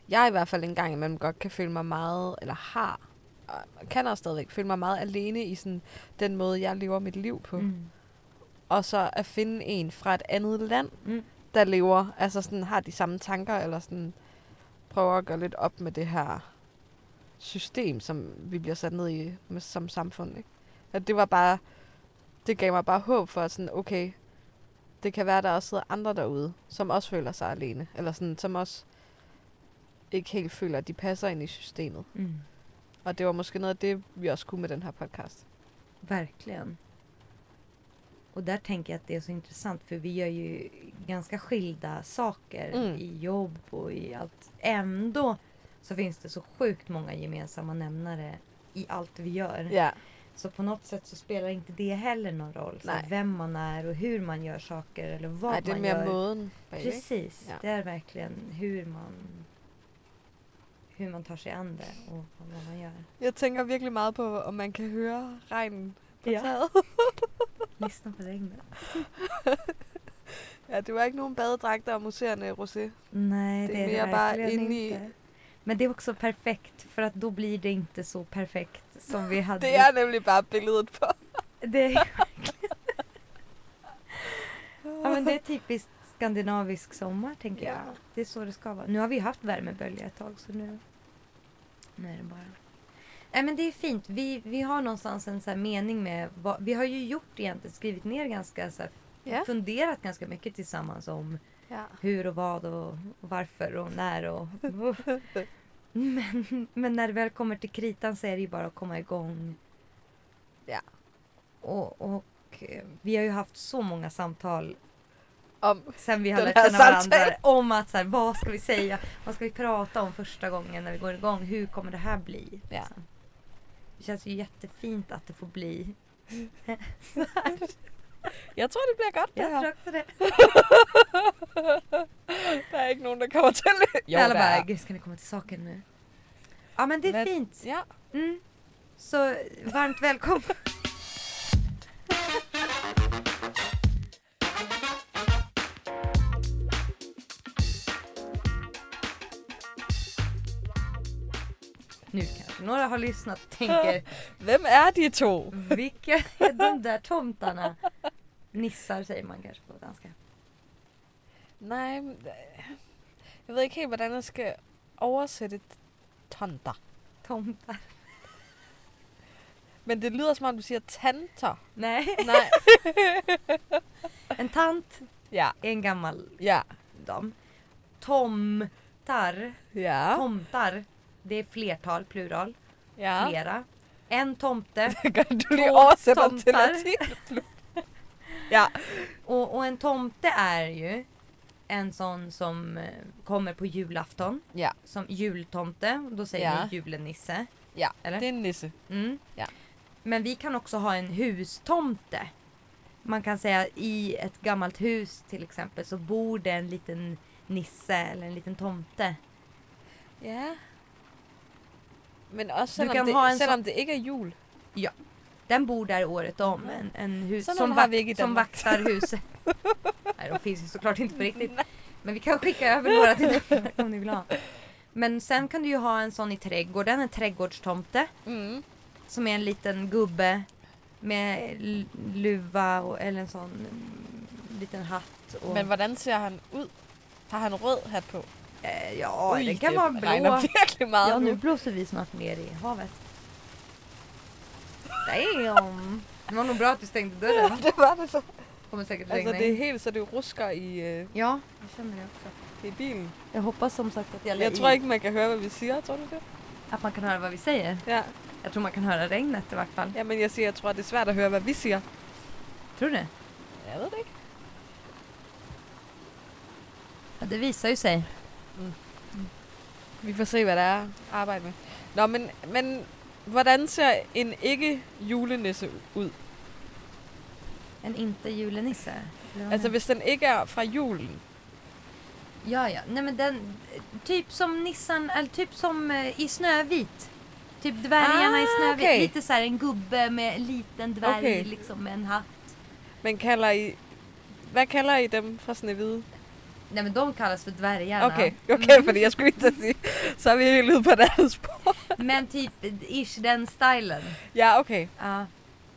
Speaker 2: jeg i hvert fald en gang imellem godt kan føle mig meget, eller har, og kan også stadigvæk føle mig meget alene i sådan, den måde, jeg lever mit liv på. Mm.
Speaker 1: Mm.
Speaker 2: Og så at finde en fra et andet land,
Speaker 1: Mm.
Speaker 2: der lever, altså sådan har de samme tanker, eller sådan prøver at gøre lidt op med det her system, som vi bliver sat ned i med, som samfund. Ikke? At det var bare, det gav mig bare håb for, at sådan, okay, det kan være, der også sidder andre derude, som også føler sig alene, eller sådan, som også ikke helt føler, at de passer ind i systemet.
Speaker 1: Mm.
Speaker 2: Og det var måske noget af det, vi også kunne med den her podcast.
Speaker 1: Verkligen. Och där tänker jag att det är så intressant för vi gör ju ganska skilda saker
Speaker 2: Mm.
Speaker 1: i jobb och i allt. Ändå så finns det så sjukt många gemensamma nämnare i allt vi gör.
Speaker 2: Ja.
Speaker 1: Så på något sätt så spelar inte det heller någon roll. Så
Speaker 2: Nej.
Speaker 1: vem man är och hur man gör saker eller vad
Speaker 2: Nej, det är
Speaker 1: man
Speaker 2: mer
Speaker 1: gör.
Speaker 2: måden. baby.
Speaker 1: Precis,
Speaker 2: Ja.
Speaker 1: det är verkligen hur man hur man tar sig an det och vad man gör.
Speaker 2: Jag tänker virkelig meget på, om man kan høre regnen på
Speaker 1: Ja.
Speaker 2: ja. taget.
Speaker 1: Lyssna på regnet.
Speaker 2: Ja, det var ikke nogen badedragter og museerne i Rosé.
Speaker 1: Nej, det,
Speaker 2: Det
Speaker 1: är
Speaker 2: är
Speaker 1: det
Speaker 2: mer bara
Speaker 1: verkligen
Speaker 2: in i-
Speaker 1: inte. Men det är också perfekt för att då blir det inte så perfekt som vi hade.
Speaker 2: Det er nemlig bare billedet på.
Speaker 1: Det är verkligen- ja, men det är typiskt skandinavisk sommar tänker
Speaker 2: Ja.
Speaker 1: jag. Det är så det ska vara. Nu har vi haft värmebölja ett tag så nu, nu är det bara... Nej men det är fint. Vi, vi har någonstans en så här mening med vad... Vi har ju gjort egentligen, skrivit ner ganska så här,
Speaker 2: Ja.
Speaker 1: funderat ganska mycket tillsammans om
Speaker 2: Ja.
Speaker 1: hur och vad och, och varför och när och... men, men när det väl kommer till kritan så är det ju bara att komma igång.
Speaker 2: Ja.
Speaker 1: Och, och eh, vi har ju haft så många samtal
Speaker 2: Om,
Speaker 1: sen vi har
Speaker 2: Den
Speaker 1: lärt
Speaker 2: här
Speaker 1: känna
Speaker 2: samtalen.
Speaker 1: varandra om att så här, vad ska vi säga, vad ska vi prata om första gången när vi går igång, hur kommer det här bli?
Speaker 2: Ja.
Speaker 1: liksom. Det känns ju jättefint att det får bli.
Speaker 2: jeg tror, det bliver godt, det
Speaker 1: Jag
Speaker 2: her.
Speaker 1: tror också det.
Speaker 2: Der er ikke nogen, der kommer til det.
Speaker 1: Alla bara, gud ska ni komma till saken nu? Ja men det är
Speaker 2: Men-
Speaker 1: fint.
Speaker 2: Ja.
Speaker 1: Mm. Så varmt välkommen. Nu kanske några har lyssnat och tänker
Speaker 2: Hvem er de to?
Speaker 1: vilka är de där tomtarna? Nissar säger man kanske på danska.
Speaker 2: Nej, men, øh, jeg ved ikke helt, hvordan jeg skal oversætte tonter.
Speaker 1: Tomtar.
Speaker 2: Men det lyder som om, du siger tanter.
Speaker 1: Nej,
Speaker 2: Nej.
Speaker 1: en tant
Speaker 2: ja,
Speaker 1: är en gammal
Speaker 2: ja,
Speaker 1: dam. Tomtar.
Speaker 2: ja,
Speaker 1: Tomtar. Det är flertal, plural.
Speaker 2: ja.
Speaker 1: Flera. En tomte
Speaker 2: Gør du lige
Speaker 1: To
Speaker 2: oversætter til
Speaker 1: tomter.
Speaker 2: latin? ja,
Speaker 1: Och, och en tomte är ju en sån som eh, kommer på julafton.
Speaker 2: Ja.
Speaker 1: Som jultomte. Och Då säger
Speaker 2: Ja.
Speaker 1: vi julenisse.
Speaker 2: ja.
Speaker 1: Eller?
Speaker 2: Eller? det er en nisse.
Speaker 1: Mm.
Speaker 2: Ja.
Speaker 1: Men vi kan också ha en hustomte. Man kan säga i ett gammalt hus till exempel så bor det en liten nisse eller en liten tomte.
Speaker 2: Ja. Men også
Speaker 1: Du
Speaker 2: selvom,
Speaker 1: kan
Speaker 2: det,
Speaker 1: ha en
Speaker 2: selvom det ikke er jul.
Speaker 1: Den bor där året om. En, en hus,
Speaker 2: Sådana
Speaker 1: som,
Speaker 2: har vi inte i
Speaker 1: som
Speaker 2: Danmark.
Speaker 1: vaktar huset. Nej, de finns ju såklart inte på riktigt. Men vi kan skicka över några till dig om ni vill ha. Men sen kan du ju ha en sån i trädgården, en trädgårdstomte.
Speaker 2: Mm.
Speaker 1: Som är en liten gubbe med l- luva och, eller en sån mm, liten hatt. Och,
Speaker 2: Men hvordan ser han ud? Har han rød hat på?
Speaker 1: eh, ja,
Speaker 2: Ui,
Speaker 1: den kan
Speaker 2: det
Speaker 1: vara
Speaker 2: regner
Speaker 1: blå.
Speaker 2: virkelig meget
Speaker 1: Ja,
Speaker 2: nu.
Speaker 1: nu blåser vi snart ner i havet. Damn! Det var nog bra att du stängde dörren.
Speaker 2: det var det så.
Speaker 1: Kommer säkert regna
Speaker 2: Altså,
Speaker 1: in.
Speaker 2: Alltså, det er helt så det rusker i, øh,
Speaker 1: Ja, jag känner det också.
Speaker 2: i bilen.
Speaker 1: Jag hoppas som sagt att jag,
Speaker 2: Jeg tror ikke, man kan høre, hvad vi siger. Tror du det?
Speaker 1: att man kan höra vad vi säger.
Speaker 2: Ja.
Speaker 1: Jag tror man kan höra regnet i vart fall.
Speaker 2: ja, men jeg siger, jeg tror, det er svært at høre, hvad vi siger.
Speaker 1: Tror du det?
Speaker 2: Jeg ved det ikke.
Speaker 1: Ja, det visar ju sig.
Speaker 2: Vi får se, hvad der er at arbejde med. Nå, men, men hvordan ser en ikke julenisse ud?
Speaker 1: En inte julenisse. Eller vad
Speaker 2: Altså,
Speaker 1: menar
Speaker 2: hvis den ikke er fra julen.
Speaker 1: du? Ja, ja. Nej, men den... Typ som nissan, eller typ som eh, i Snövit. Typ dvärgarna i
Speaker 2: Ah,
Speaker 1: Snövit.
Speaker 2: okej.
Speaker 1: Lite så här en gubbe med en liten dvärg
Speaker 2: Okej.
Speaker 1: liksom med en hatt.
Speaker 2: Men kalder I... Hvad kalder I dem fra Snevide?
Speaker 1: Nej men de kallas för dvärgarna.
Speaker 2: Okay, okay,
Speaker 1: Mm.
Speaker 2: fordi jeg skulle ikke til at sige, så er vi helt ude på et andet spor.
Speaker 1: Men typ ish den stilen.
Speaker 2: Ja, okay.
Speaker 1: Ja.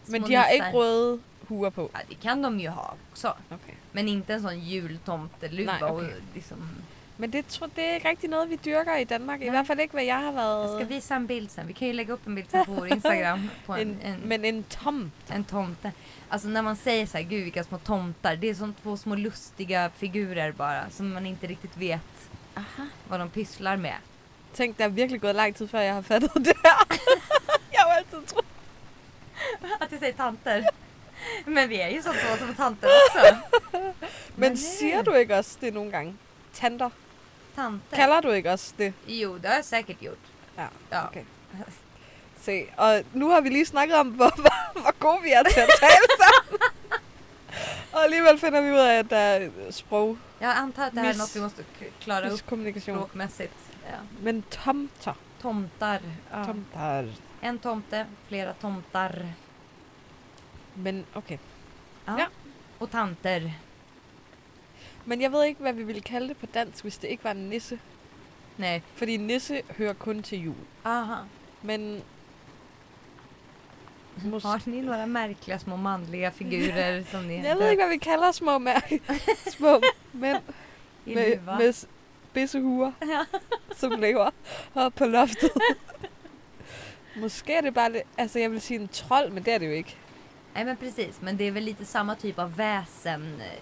Speaker 2: Men
Speaker 1: Små
Speaker 2: de har
Speaker 1: nissar.
Speaker 2: ikke røde huer på.
Speaker 1: Ja, det kan de ju ha också.
Speaker 2: Okay.
Speaker 1: Men inte en sån jultomteluva
Speaker 2: Nej, okej.
Speaker 1: och liksom...
Speaker 2: Men det, tror, det er ikke rigtig noget, vi dyrker i Danmark. I
Speaker 1: Nej.
Speaker 2: hvert fald ikke, hvad jeg har
Speaker 1: Jag ska
Speaker 2: været.
Speaker 1: visa en bild sen. Vi kan ju lägga upp en bild sen på vår Instagram på en,
Speaker 2: En,
Speaker 1: en,
Speaker 2: men en tom.
Speaker 1: en tomte. Alltså när man säger så här, gud vilka små tomtar. Det är som två små lustiga figurer bara som man inte riktigt vet
Speaker 2: Aha.
Speaker 1: vad de pysslar med.
Speaker 2: Tænk, der er virkelig gået lang tid, før jeg har fattet det her. jeg har jo altid troet.
Speaker 1: Att jag säger tanter. Men vi är ju så två som tanter också.
Speaker 2: Men
Speaker 1: nej.
Speaker 2: siger du ikke også det nogle gange? Tanter.
Speaker 1: Tanter.
Speaker 2: Kalder du ikke også det?
Speaker 1: Jo, det har jeg säkert gjort.
Speaker 2: Ja,
Speaker 1: Ja.
Speaker 2: okay. Se, og nu har vi lige snakket om, hvor, hvor, hvor gode vi er til at tale sammen. og alligevel finder vi ud af, at der er sprog,
Speaker 1: Jag antar att det här är
Speaker 2: Miss-
Speaker 1: något vi måste k- klara upp
Speaker 2: kommunikation.
Speaker 1: språkmässigt. Ja.
Speaker 2: Men tomter.
Speaker 1: Tomtar. Ja.
Speaker 2: Tomter.
Speaker 1: En tomte, flera tomtar.
Speaker 2: Men okay.
Speaker 1: Och tanter.
Speaker 2: Men jeg ved ikke, hvad vi ville kalde det på dansk, hvis det ikke var en nisse.
Speaker 1: Nej.
Speaker 2: Fordi nisse hører kun til jul.
Speaker 1: Aha.
Speaker 2: Men... Mås-
Speaker 1: Har ni några märkliga små manliga figurer som ni
Speaker 2: jeg ved ikke, hvad vi kalder små, mær- små mænd
Speaker 1: i
Speaker 2: med,
Speaker 1: luva?
Speaker 2: med s- bissehuer,
Speaker 1: Ja.
Speaker 2: som lever oppe på loftet. Måske er det bare lidt... Altså, jeg vil sige en trold, men det er det jo ikke.
Speaker 1: Nej men precis, men det är väl lite samma typ av väsen. eh,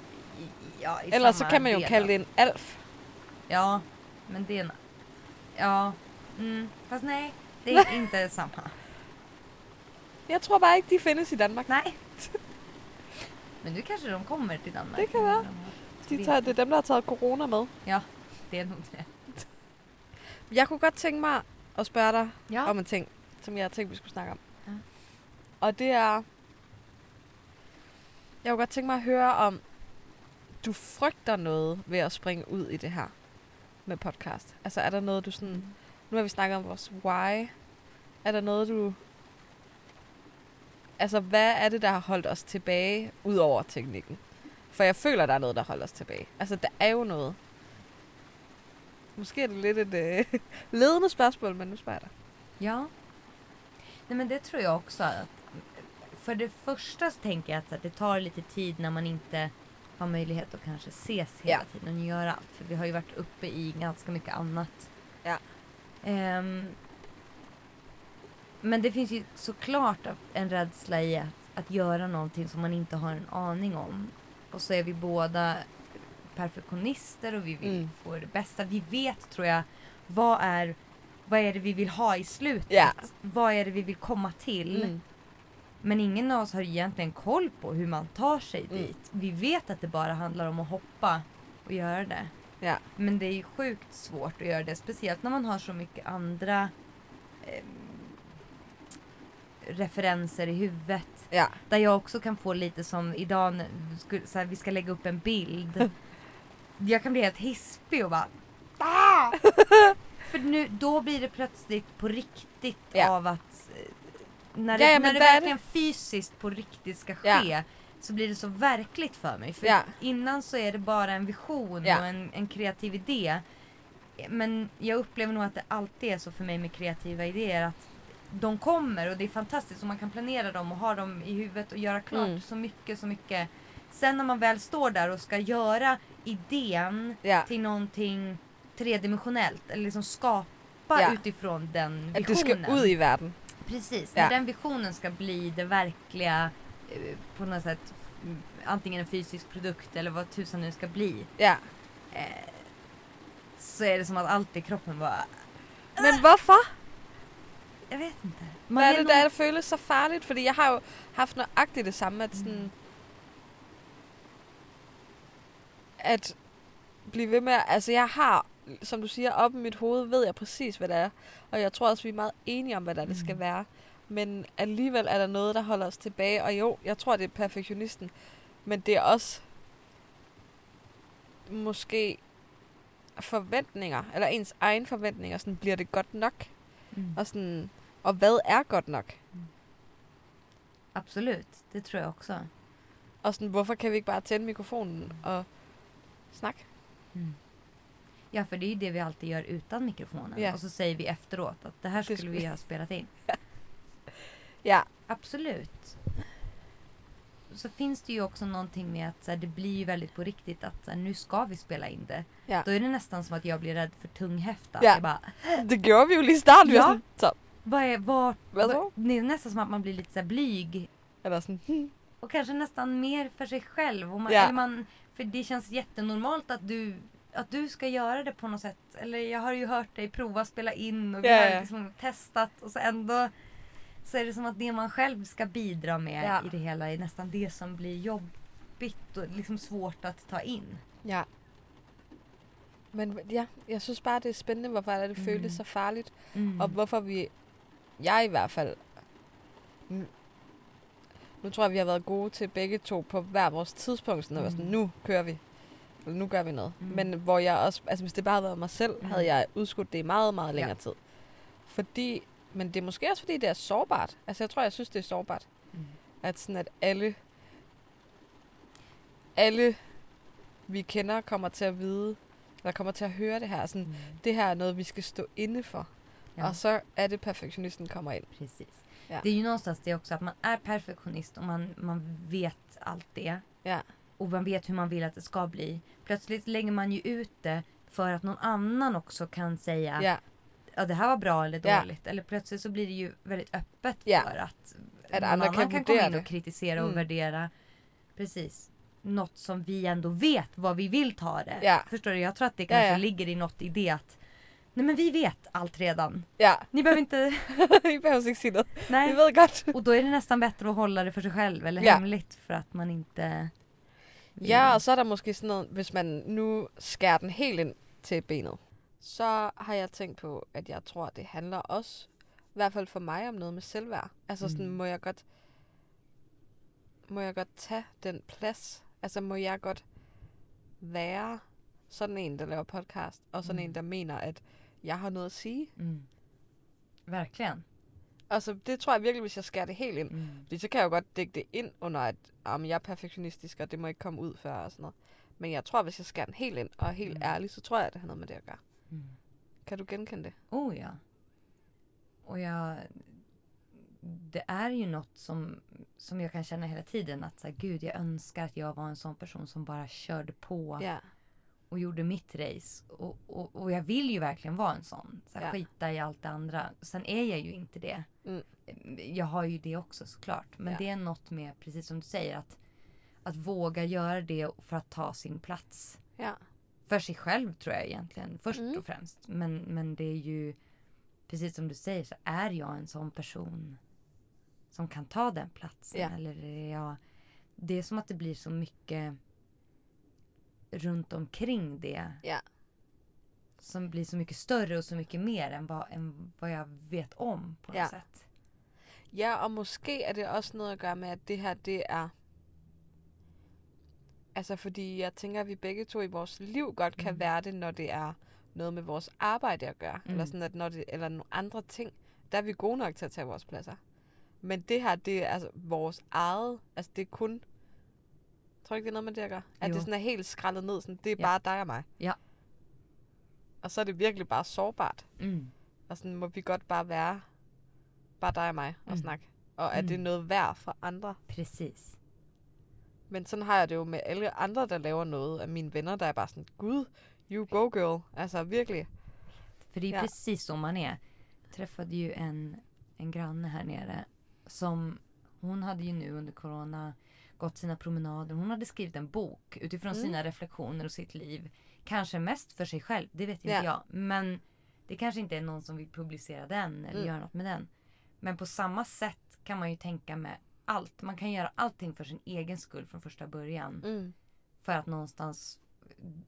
Speaker 1: I, i- ja, i
Speaker 2: Ellers så
Speaker 1: samma
Speaker 2: kan man jo
Speaker 1: del
Speaker 2: kalde
Speaker 1: av-
Speaker 2: det en alf.
Speaker 1: Ja, men det är en... Ja, mm, fast nej. Det är inte samma.
Speaker 2: Jeg tror bare ikke, de findes i Danmark.
Speaker 1: Nej. Men nu kanske de kommer till Danmark.
Speaker 2: Det kan vara. De tager, det er dem, der har taget corona med.
Speaker 1: Det är nog det.
Speaker 2: Jeg kunne godt tænke mig at spørge dig,
Speaker 1: Ja.
Speaker 2: om en ting, som jeg tænkte, vi skulle snakke om.
Speaker 1: Ja.
Speaker 2: Og det er... Jeg kunne godt tænke mig at høre om, du frygter noget ved at springe ud i det her med podcast. Altså er der noget, du
Speaker 1: Mm.
Speaker 2: sådan... Nu har vi snakket om vores why. Er der noget, du... Altså, hvad er det, der har holdt os tilbage, ud over teknikken? For jeg føler, der er noget, der holder os tilbage. Altså, der er jo noget. Måske er det lidt et øh, ledende spørgsmål, men nu spørger jeg dig.
Speaker 1: Ja. Nej men det tror jag också. Att, för det första så tänker jag att så här, det tar lite tid när man inte har möjlighet att kanske ses hela
Speaker 2: Ja.
Speaker 1: tiden och göra allt. För vi har ju varit uppe i ganska mycket annat.
Speaker 2: Ja.
Speaker 1: Ehm, men det finns ju såklart en rädsla i att, att göra någonting som man inte har en aning om. Och så är vi båda perfektionister och vi vill
Speaker 2: Mm.
Speaker 1: få det bästa. Vi vet tror jag vad är, vad är det vi vill ha i slutet?
Speaker 2: Ja. Mm.
Speaker 1: Vad är det vi vill komma till? Men ingen av oss har egentligen koll på hur man tar sig
Speaker 2: Mm.
Speaker 1: dit. Vi vet att det bara handlar om att hoppa och göra det.
Speaker 2: Ja.
Speaker 1: Men det är ju sjukt svårt att göra det. Speciellt när man har så mycket andra ehm, referenser i huvudet.
Speaker 2: Ja.
Speaker 1: Där jag också kan få lite som idag när du skulle- så här, vi ska lägga upp en bild. jag kan bli helt hispig och bara "Ah!" För nu, då blir det plötsligt på riktigt
Speaker 2: Ja.
Speaker 1: av att eh, när det,
Speaker 2: Ja, ja,
Speaker 1: när
Speaker 2: men
Speaker 1: det
Speaker 2: där-
Speaker 1: verkligen fysiskt på riktigt ska ske
Speaker 2: Ja.
Speaker 1: så blir det så verkligt för mig. För
Speaker 2: Ja.
Speaker 1: innan så är det bara en vision
Speaker 2: Ja.
Speaker 1: och en, en kreativ idé. Men jag upplever nog att det alltid är så för mig med kreativa idéer att de kommer och det är fantastiskt och man kan planera dem och ha dem i huvudet och göra klart
Speaker 2: Mm.
Speaker 1: så mycket, så mycket. Sen när man väl står där och ska göra idén
Speaker 2: Ja.
Speaker 1: till någonting tredimensionellt eller liksom skapa
Speaker 2: Ja.
Speaker 1: utifrån den visionen.
Speaker 2: At det skal ud i verden.
Speaker 1: Precis,
Speaker 2: Ja.
Speaker 1: när den visionen ska bli det verkliga eh, på något sätt mm, antingen en fysisk produkt eller vad tusan nu ska bli
Speaker 2: Ja.
Speaker 1: så är det som att allt i kroppen bara,
Speaker 2: Men hvorfor?
Speaker 1: jag vet inte. Man
Speaker 2: Hvad er
Speaker 1: är
Speaker 2: det,
Speaker 1: nog-
Speaker 2: der føles så farligt? Fordi jeg har jo haft nøjagtigt det samme, at sådan... At blive ved med... at- Altså, jeg har, som du siger, oppe i mit hoved, ved jeg præcis, hvad det er. Og jeg tror også, vi er meget enige om, hvad der det skal
Speaker 1: Mm.
Speaker 2: være. Men alligevel er der noget, der holder os tilbage. Og jo, jeg tror, det er perfektionisten. Men det er også måske forventninger, eller ens egen forventninger, sådan, bliver det godt nok?
Speaker 1: Mm.
Speaker 2: Og, sådan, og hvad er godt nok?
Speaker 1: Absolut, det tror jag också.
Speaker 2: Og sådan, hvorfor kan vi ikke bare tænde mikrofonen og snakke?
Speaker 1: Mm. Ja, för det är ju det vi alltid gör utan mikrofonen
Speaker 2: Ja.
Speaker 1: och så säger vi efteråt att det här
Speaker 2: Det
Speaker 1: skulle vi
Speaker 2: skulle-
Speaker 1: ha spelat in.
Speaker 2: Ja,
Speaker 1: Absolut. Så finns det ju också någonting med att så här, det blir ju väldigt på riktigt att så här, nu ska vi spela in det.
Speaker 2: Ja.
Speaker 1: Då är det nästan som att jag blir rädd för tunghäfta.
Speaker 2: Ja.
Speaker 1: Jag bara,
Speaker 2: det gjorde vi jo lige i starten. Vi var
Speaker 1: Ja.
Speaker 2: sådan, så,
Speaker 1: Vad är, var,
Speaker 2: hvad så?
Speaker 1: det är nästan som att man blir lite så här blyg.
Speaker 2: Eller sådan, hmm.
Speaker 1: Och kanske nästan mer för sig själv. Och man,
Speaker 2: Ja.
Speaker 1: eller man, för det känns jättenormalt att du, att du ska göra det på något sätt. Eller jag har ju hört dig prova spela in och vi
Speaker 2: Ja,
Speaker 1: har
Speaker 2: ja.
Speaker 1: liksom testat och så ändå så är det som att det man själv ska bidra med
Speaker 2: Ja.
Speaker 1: i det hela är nästan det som blir jobbigt och liksom svårt att ta in.
Speaker 2: Ja. Men ja, jeg synes bare, det er spændende, hvorfor er det, det føles
Speaker 1: Mm.
Speaker 2: så farligt.
Speaker 1: Mm.
Speaker 2: Og hvorfor vi, jeg i hvert fald, Mm. nu tror jeg, vi har været gode til begge to på hver vores tidspunkt, sådan at være sådan,
Speaker 1: Mm.
Speaker 2: nu kører vi, eller nu gør vi noget.
Speaker 1: Mm.
Speaker 2: Men hvor jeg også, altså hvis det bare havde været mig selv,
Speaker 1: Mm.
Speaker 2: havde jeg udskudt det i meget, meget
Speaker 1: Ja.
Speaker 2: længere tid. Fordi, men det er måske også, fordi det er sårbart. Altså jeg tror, jeg synes, det er sårbart.
Speaker 1: Mm.
Speaker 2: At sådan, at alle, alle vi kender kommer til at vide, eller kommer til at høre det her. Sådan,
Speaker 1: Mm.
Speaker 2: det her er noget, vi skal stå inde for.
Speaker 1: Ja.
Speaker 2: Og så er det, perfektionisten kommer ind.
Speaker 1: Precis.
Speaker 2: Ja.
Speaker 1: Det är ju någonstans det också att man är perfektionist och man, man vet allt det.
Speaker 2: Ja.
Speaker 1: Och man vet hur man vill att det ska bli. Plötsligt lägger man ju ut det för att någon annan också kan säga
Speaker 2: Ja,
Speaker 1: ja, det här var bra eller
Speaker 2: Ja.
Speaker 1: dåligt. Eller plötsligt så blir det ju väldigt öppet
Speaker 2: Ja.
Speaker 1: för att,
Speaker 2: Att
Speaker 1: någon
Speaker 2: andra
Speaker 1: annan
Speaker 2: kan
Speaker 1: kan, komma
Speaker 2: vurdera
Speaker 1: in
Speaker 2: det.
Speaker 1: och kritisera och
Speaker 2: Mm.
Speaker 1: värdera. Precis. Något som vi ändå vet vad vi vill ta det.
Speaker 2: Ja.
Speaker 1: Förstår du? Jag tror att det
Speaker 2: Ja,
Speaker 1: kanske
Speaker 2: ja.
Speaker 1: ligger i något i det att nej men vi vet allt redan.
Speaker 2: ja.
Speaker 1: Ni behöver inte...
Speaker 2: I behøver ikke sige noget. Vi
Speaker 1: nej.
Speaker 2: ved godt.
Speaker 1: Och då är det nästan bättre att hålla det för sig själv eller
Speaker 2: Ja.
Speaker 1: hemligt för att man inte... vill-
Speaker 2: Ja, og så er der måske sådan noget, hvis man nu skærer den helt ind til benet. Så har jeg tænkt på, at jeg tror, det handler også, i hvert fald for mig, om noget med selvværd. Altså sådan,
Speaker 1: Mm.
Speaker 2: må jeg godt må jeg godt tage den plads? Altså må jeg godt være sådan en, der laver podcast, og sådan
Speaker 1: Mm.
Speaker 2: en, der mener, at jeg har noget at sige?
Speaker 1: Mm. Verkligen.
Speaker 2: Altså det tror jeg virkelig, hvis jeg skærer det helt ind,
Speaker 1: Mm.
Speaker 2: Fordi så kan jeg jo godt dække det ind under, at om jeg er perfektionistisk, og det må ikke komme ud før og sådan noget. Men jeg tror, hvis jeg skærer den helt ind og er helt mm.
Speaker 1: Mm.
Speaker 2: ærlig, så tror jeg, at det har noget med det at gøre.
Speaker 1: Mm.
Speaker 2: Kan du genkende det?
Speaker 1: Oh ja. Och jag... Det är ju något som, som jag kan känna hela tiden att så här, gud jag önskar att jag var en sån person som bara körde på
Speaker 2: Ja.
Speaker 1: och gjorde mitt race. Och, och, och jag vill ju verkligen vara en sån. Så här,
Speaker 2: Ja.
Speaker 1: Skita i allt det andra. Sen är jag ju inte det.
Speaker 2: Mm.
Speaker 1: Jag har ju det också såklart. Men
Speaker 2: Ja.
Speaker 1: det är något med, precis som du säger, att, att våga göra det för att ta sin plats
Speaker 2: Ja.
Speaker 1: för sig själv tror jag egentligen först
Speaker 2: Mm.
Speaker 1: och främst. Men, men det är ju precis som du säger så är jag en sån person som kan ta den platsen.
Speaker 2: Ja.
Speaker 1: Eller är jag, det är som att det blir så mycket runt omkring det.
Speaker 2: Ja.
Speaker 1: Som blir så mycket större och så mycket mer än vad, än vad jag vet om på något
Speaker 2: Ja.
Speaker 1: sätt.
Speaker 2: Ja, og måske er det også noget at gøre med, at det her, det er... Altså, fordi jeg tænker, at vi begge to i vores liv godt kan
Speaker 1: Mm.
Speaker 2: være det, når det er noget med vores arbejde at gøre. Mm. Eller
Speaker 1: Mm.
Speaker 2: sådan, at når det, eller nogle andre ting, der er vi gode nok til at tage vores pladser. Men det her, det er altså vores eget, altså det er kun... Tror du ikke, det er noget med det at gøre? At
Speaker 1: Jo.
Speaker 2: det sådan er helt skrællet ned, sådan, det er ja.
Speaker 1: Ja.
Speaker 2: bare dig og mig.
Speaker 1: Ja.
Speaker 2: Og så er det virkelig bare sårbart.
Speaker 1: Mm.
Speaker 2: Og sådan må vi godt bare være, bare dig og mig, og
Speaker 1: Mm.
Speaker 2: snakke. Og er det
Speaker 1: Mm.
Speaker 2: noget værd for andre?
Speaker 1: Precis.
Speaker 2: Men sådan har jeg det jo med alle andre, der laver noget af mine venner, der er bare sådan, gud, you go girl. Altså virkelig.
Speaker 1: För det är
Speaker 2: Ja.
Speaker 1: precis så man är. Jag träffade ju en, en granne här nere som hon hade ju nu under corona gått sina promenader. Hon hade skrivit en bok utifrån
Speaker 2: Mm.
Speaker 1: sina reflektioner och sitt liv. Kanske mest för sig själv, det vet inte
Speaker 2: Ja.
Speaker 1: jag. Men det kanske inte är någon som vill publicera den eller
Speaker 2: Mm.
Speaker 1: göra något med den. Men på samma sätt kan man ju tänka med allt. Man kan göra allting för sin egen skull från första början.
Speaker 2: Mm.
Speaker 1: För att någonstans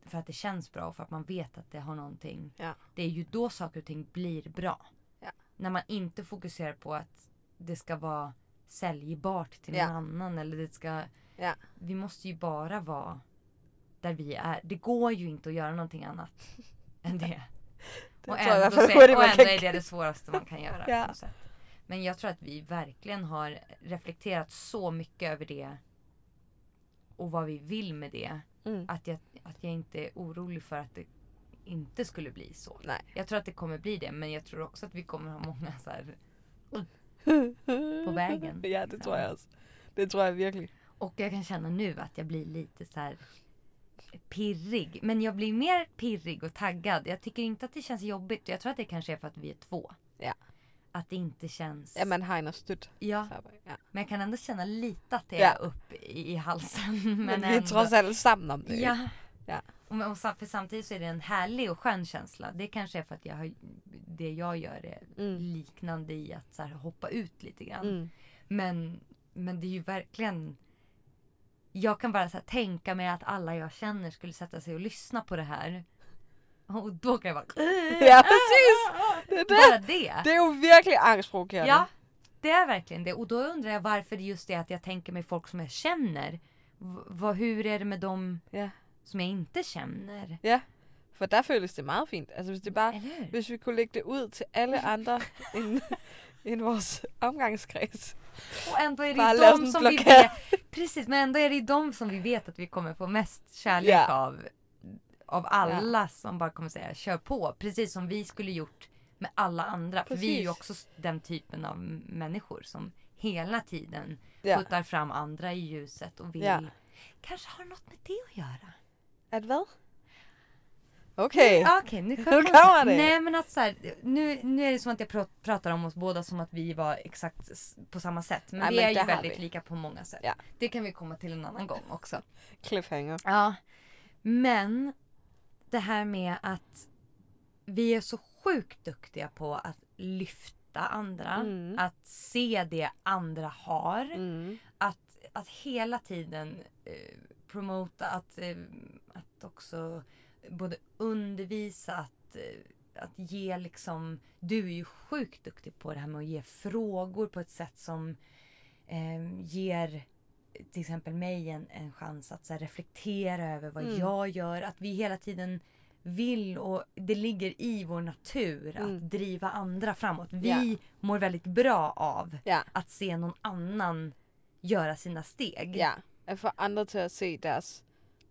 Speaker 1: för att det känns bra och för att man vet att det har någonting.
Speaker 2: Ja.
Speaker 1: Det är ju då saker och ting blir bra.
Speaker 2: Ja.
Speaker 1: När man inte fokuserar på att det ska vara säljbart till någon
Speaker 2: Ja.
Speaker 1: annan. Eller det ska,
Speaker 2: Ja.
Speaker 1: Vi måste ju bara vara där vi är. Det går ju inte att göra någonting annat än det.
Speaker 2: Det
Speaker 1: och
Speaker 2: tror jeg i
Speaker 1: ändå,
Speaker 2: hvert fald
Speaker 1: så,
Speaker 2: hurtigt,
Speaker 1: och
Speaker 2: man
Speaker 1: ändå
Speaker 2: kan
Speaker 1: är det det svåraste man kan göra.
Speaker 2: Ja.
Speaker 1: på något sätt. Men jeg tror at vi verkligen har reflekterat så mycket över det och vad vi vill med det.
Speaker 2: Mm.
Speaker 1: Att jag, att jag inte är orolig för att det inte skulle bli så.
Speaker 2: Nej.
Speaker 1: Jag tror att det kommer bli det men jag tror också att vi kommer ha många så här. På vägen.
Speaker 2: ja, det tror
Speaker 1: Ja.
Speaker 2: jeg også. Det tror jeg virkelig.
Speaker 1: Och jag kan känna nu att jag blir lite så här pirrig. Men jag blir mer pirrig och taggad. Jag tycker inte att det känns jobbigt. Jag tror att det kanske är för att vi är två.
Speaker 2: Ja.
Speaker 1: Att det inte känns...
Speaker 2: At man hegner stødt.
Speaker 1: ja.
Speaker 2: Ja.
Speaker 1: Men jag kan ändå känna lite att det
Speaker 2: Ja.
Speaker 1: är upp i, i halsen. Men,
Speaker 2: Men, vi er
Speaker 1: ändå,
Speaker 2: trods alt sammen om det.
Speaker 1: Ja.
Speaker 2: Ja.
Speaker 1: Och, men- och sam- för samtidigt så är det en härlig och skön känsla. Det kanske är för att jag har, det jag gör är
Speaker 2: Mm.
Speaker 1: liknande i att så här, hoppa ut lite grann.
Speaker 2: Mm.
Speaker 1: Men, men det är ju verkligen... Jag kan bara så här, tänka mig att alla jag känner skulle sätta sig och lyssna på det här. Och då kan jag bara...
Speaker 2: Ja, precis! Det, det,
Speaker 1: Bara det.
Speaker 2: det är jo virkelig angstprovokerende.
Speaker 1: Ja, det är verkligen det. Och då undrar jag varför det just det att jag tänker mig folk som jag känner. V- vad, hur är det med dem
Speaker 2: Ja.
Speaker 1: som jeg inte känner?
Speaker 2: ja. For der føles det meget fint. Altså hvis det bare
Speaker 1: Eller hur?
Speaker 2: Hvis vi kunne lægge det ud til alle andre end, end vores omgangskreds.
Speaker 1: Och ändå är det
Speaker 2: Bara
Speaker 1: ju
Speaker 2: lös
Speaker 1: de
Speaker 2: en
Speaker 1: som vi
Speaker 2: blockad.
Speaker 1: vet. Precis, men ändå är det ju de som vi vet att vi kommer få mest kärlek
Speaker 2: Ja.
Speaker 1: av. Av alla som bara kommer säga kör på. Precis som vi skulle gjort med alla andra. För vi är ju
Speaker 2: Precis.
Speaker 1: också s- den typen av m- människor som hela tiden
Speaker 2: Ja.
Speaker 1: puttar fram andra i ljuset och vill.
Speaker 2: Ja.
Speaker 1: Kanske har något med det att göra.
Speaker 2: At hvad? Okay.
Speaker 1: Ja, Okej, nu
Speaker 2: Nu
Speaker 1: kommer
Speaker 2: kommer det.
Speaker 1: Nej men att så här, nu, nu är det som att jag pr- pratar om oss båda som att vi var exakt s- på samma sätt. Men
Speaker 2: Ja,
Speaker 1: vi
Speaker 2: men
Speaker 1: är
Speaker 2: det
Speaker 1: ju
Speaker 2: har
Speaker 1: väldigt
Speaker 2: vi.
Speaker 1: lika på många sätt.
Speaker 2: Ja.
Speaker 1: Det kan vi komma till en annan gång också.
Speaker 2: Cliffhanger.
Speaker 1: Ja. Men det här med att vi är så sjukt duktiga på att lyfta andra.
Speaker 2: Mm.
Speaker 1: Att se det andra har
Speaker 2: Mm.
Speaker 1: att, att hela tiden eh, promota, att, eh, att också både undervisa, att, eh, att ge liksom... Du är ju sjukt duktig på det här med att ge frågor på ett sätt som eh, ger till exempel mig en, en chans att så här, reflektera över vad
Speaker 2: Mm.
Speaker 1: jag gör. Att vi hela tiden vill och det ligger i vår natur
Speaker 2: Mm.
Speaker 1: att driva andra framåt. Vi
Speaker 2: Ja.
Speaker 1: mår väldigt bra av
Speaker 2: Ja.
Speaker 1: att se någon annan göra sina steg.
Speaker 2: Ja. At få andre til at se deres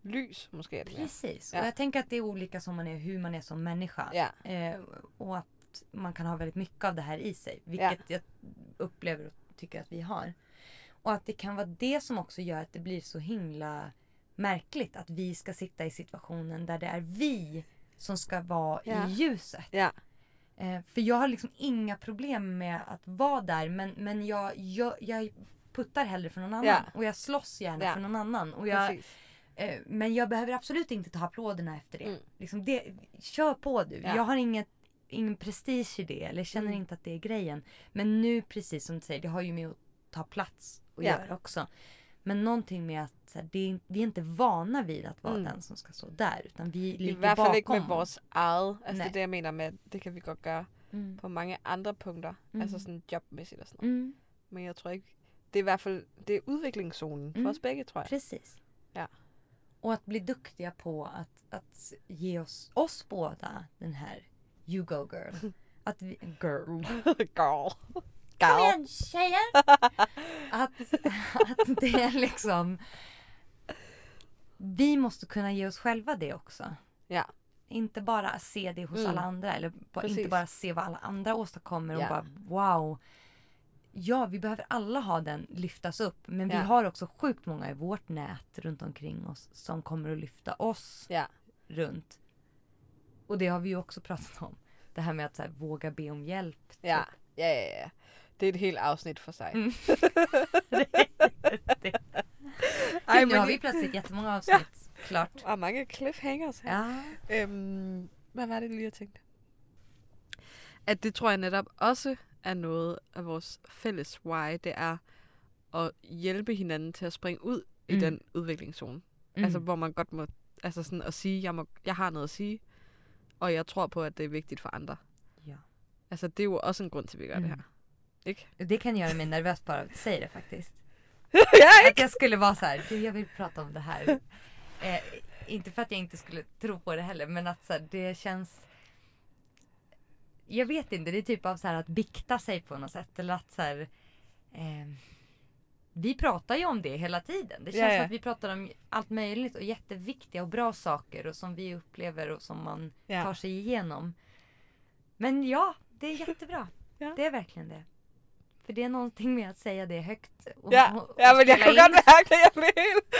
Speaker 2: lys, måske. Er det mere.
Speaker 1: Precis.
Speaker 2: Ja.
Speaker 1: Och jag tänker att det är olika som man är, hur man är som människa.
Speaker 2: Ja.
Speaker 1: Eh, och att man kan ha väldigt mycket av det här i sig. Vilket jag upplever och tycker att vi har. Och att det kan vara det som också gör att det blir så himla märkligt att vi ska sitta i situationen där det är vi som ska vara
Speaker 2: Ja.
Speaker 1: i ljuset.
Speaker 2: Ja.
Speaker 1: Eh, för jag har liksom inga problem med att vara där men, men jag, jag, jag puttar hellre för någon annan.
Speaker 2: Ja.
Speaker 1: Och jag slåss gärna
Speaker 2: Ja.
Speaker 1: för någon annan. Och jag,
Speaker 2: Præcis.
Speaker 1: Eh, Men jag behöver absolut inte ta applåderna efter det.
Speaker 2: Mm.
Speaker 1: Liksom det kör på du.
Speaker 2: Ja.
Speaker 1: Jag har inget, ingen prestige i det eller känner
Speaker 2: Mm.
Speaker 1: inte att det är grejen. Men nu precis som du säger, det har ju med att ta plats att
Speaker 2: Ja.
Speaker 1: göra också. Men någonting med att så här, det är, vi är inte vana vid att vara
Speaker 2: Mm.
Speaker 1: den som ska stå där. Utan vi
Speaker 2: I
Speaker 1: ligger
Speaker 2: hvert fald
Speaker 1: bakom.
Speaker 2: ikke med vores eget. Altså det
Speaker 1: Nej.
Speaker 2: er det, jeg mener med, at det kan vi godt gøre
Speaker 1: Mm.
Speaker 2: på mange andre punkter.
Speaker 1: Mhm.
Speaker 2: Altså sådan jobmæssigt og sådan noget.
Speaker 1: Mm,
Speaker 2: Men jeg tror ikke, det er i hvert fald, det er udviklingszonen for
Speaker 1: Mhm.
Speaker 2: os begge, tror jeg.
Speaker 1: precis.
Speaker 2: Ja.
Speaker 1: Och att bli duktiga på att, att ge oss, oss båda den här you go girl. Att vi, girl.
Speaker 2: Girl.
Speaker 1: Kom
Speaker 2: Girl.
Speaker 1: igen tjejer! att, att det är liksom... Vi måste kunna ge oss själva det också.
Speaker 2: Ja.
Speaker 1: Inte bara se det hos
Speaker 2: Mm.
Speaker 1: alla andra eller ba,
Speaker 2: Precis.
Speaker 1: inte bara se vad alla andra åstadkommer och
Speaker 2: Ja.
Speaker 1: bara wow. Ja, vi behöver alla ha den lyftas upp. Men
Speaker 2: Ja.
Speaker 1: vi har också sjukt många i vårt nät runt omkring oss som kommer att lyfta oss
Speaker 2: Ja.
Speaker 1: runt. Och det har vi ju också pratat om. Det här med att så här, våga be om hjälp. typ.
Speaker 2: Ja. Ja, ja, ja. Det er et helt afsnit for sig.
Speaker 1: Mm. nu har
Speaker 2: Ej, men
Speaker 1: vi
Speaker 2: vi...
Speaker 1: plötsligt jättemånga avsnitt klart.
Speaker 2: Og mange cliffhangers her.
Speaker 1: Ja.
Speaker 2: Øhm, hvad var det lige, jeg tænkte? At det tror jeg netop også er noget af vores fælles why, det er at hjælpe hinanden til at springe ud i
Speaker 1: Mm.
Speaker 2: den udviklingszone. Mm.
Speaker 1: Mm.
Speaker 2: Altså hvor man godt må, altså sådan at sige, jeg, må, jeg har noget at sige, og jeg tror på, at det er vigtigt for andre.
Speaker 1: Ja.
Speaker 2: Altså det er jo også en grund til, at vi gør mm. det
Speaker 1: Mm.
Speaker 2: her. Ikke?
Speaker 1: Det kan göra mig nervös bara att säga det faktiskt.
Speaker 2: ja,
Speaker 1: Att jeg skulle vara så här, "Du, jag vill prata om det här. Eh, inte för att jag inte skulle tro på det heller, men att så här, det känns... Jag vet inte, det är typ av så här att bikta sig på något sätt. Eller att så här, eh, vi pratar ju om det hela tiden. Det känns
Speaker 2: Ja, ja.
Speaker 1: som att vi pratar om allt möjligt och jätteviktiga och bra saker och som vi upplever och som man
Speaker 2: Ja.
Speaker 1: tar sig igenom. Men ja, det är jättebra.
Speaker 2: Ja.
Speaker 1: Det är verkligen det. För det är någonting med att säga det högt. Och,
Speaker 2: Ja,
Speaker 1: och-
Speaker 2: ja,
Speaker 1: och
Speaker 2: men jeg
Speaker 1: spela
Speaker 2: kan
Speaker 1: in.
Speaker 2: godt mærke, at jeg blev helt...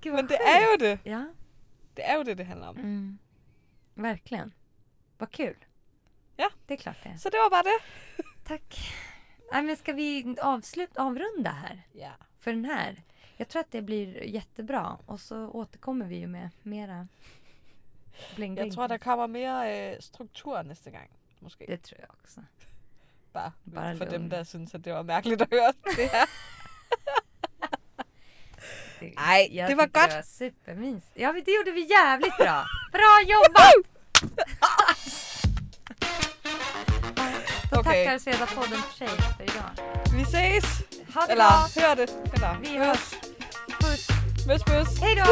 Speaker 1: Gud, vad
Speaker 2: Men det
Speaker 1: skönt.
Speaker 2: er jo det.
Speaker 1: Ja,
Speaker 2: Det er jo det, det handler om.
Speaker 1: mm. verkligen. Vad kul.
Speaker 2: Ja.
Speaker 1: Det är klart det är.
Speaker 2: Så det var bare det.
Speaker 1: Tack. Nej, men ska vi avsluta, avrunda här?
Speaker 2: Ja.
Speaker 1: För den här? Jag Jag tror att det blir jättebra och så återkommer vi ju med mera bling,
Speaker 2: Jeg
Speaker 1: bling.
Speaker 2: tror, der kommer mere øh, struktur næste gang. Måske.
Speaker 1: Det tror jag också.
Speaker 2: Bare,
Speaker 1: Bare
Speaker 2: Bare for dem,
Speaker 1: lån.
Speaker 2: der synes, at det var mærkeligt at høre det her.
Speaker 1: Det,
Speaker 2: Ej,
Speaker 1: jag
Speaker 2: det var
Speaker 1: tycker
Speaker 2: gott.
Speaker 1: Det var supermys. Ja, men det gjorde vi jävligt bra. Bra jobbat! Då
Speaker 2: Okay.
Speaker 1: tackar Svedapodden för sig för idag.
Speaker 2: Vi ses!
Speaker 1: Ha det
Speaker 2: Eller
Speaker 1: bra!
Speaker 2: hør det. Eller
Speaker 1: Vi hörs! Puss!
Speaker 2: Møs, møs.
Speaker 1: Hej då!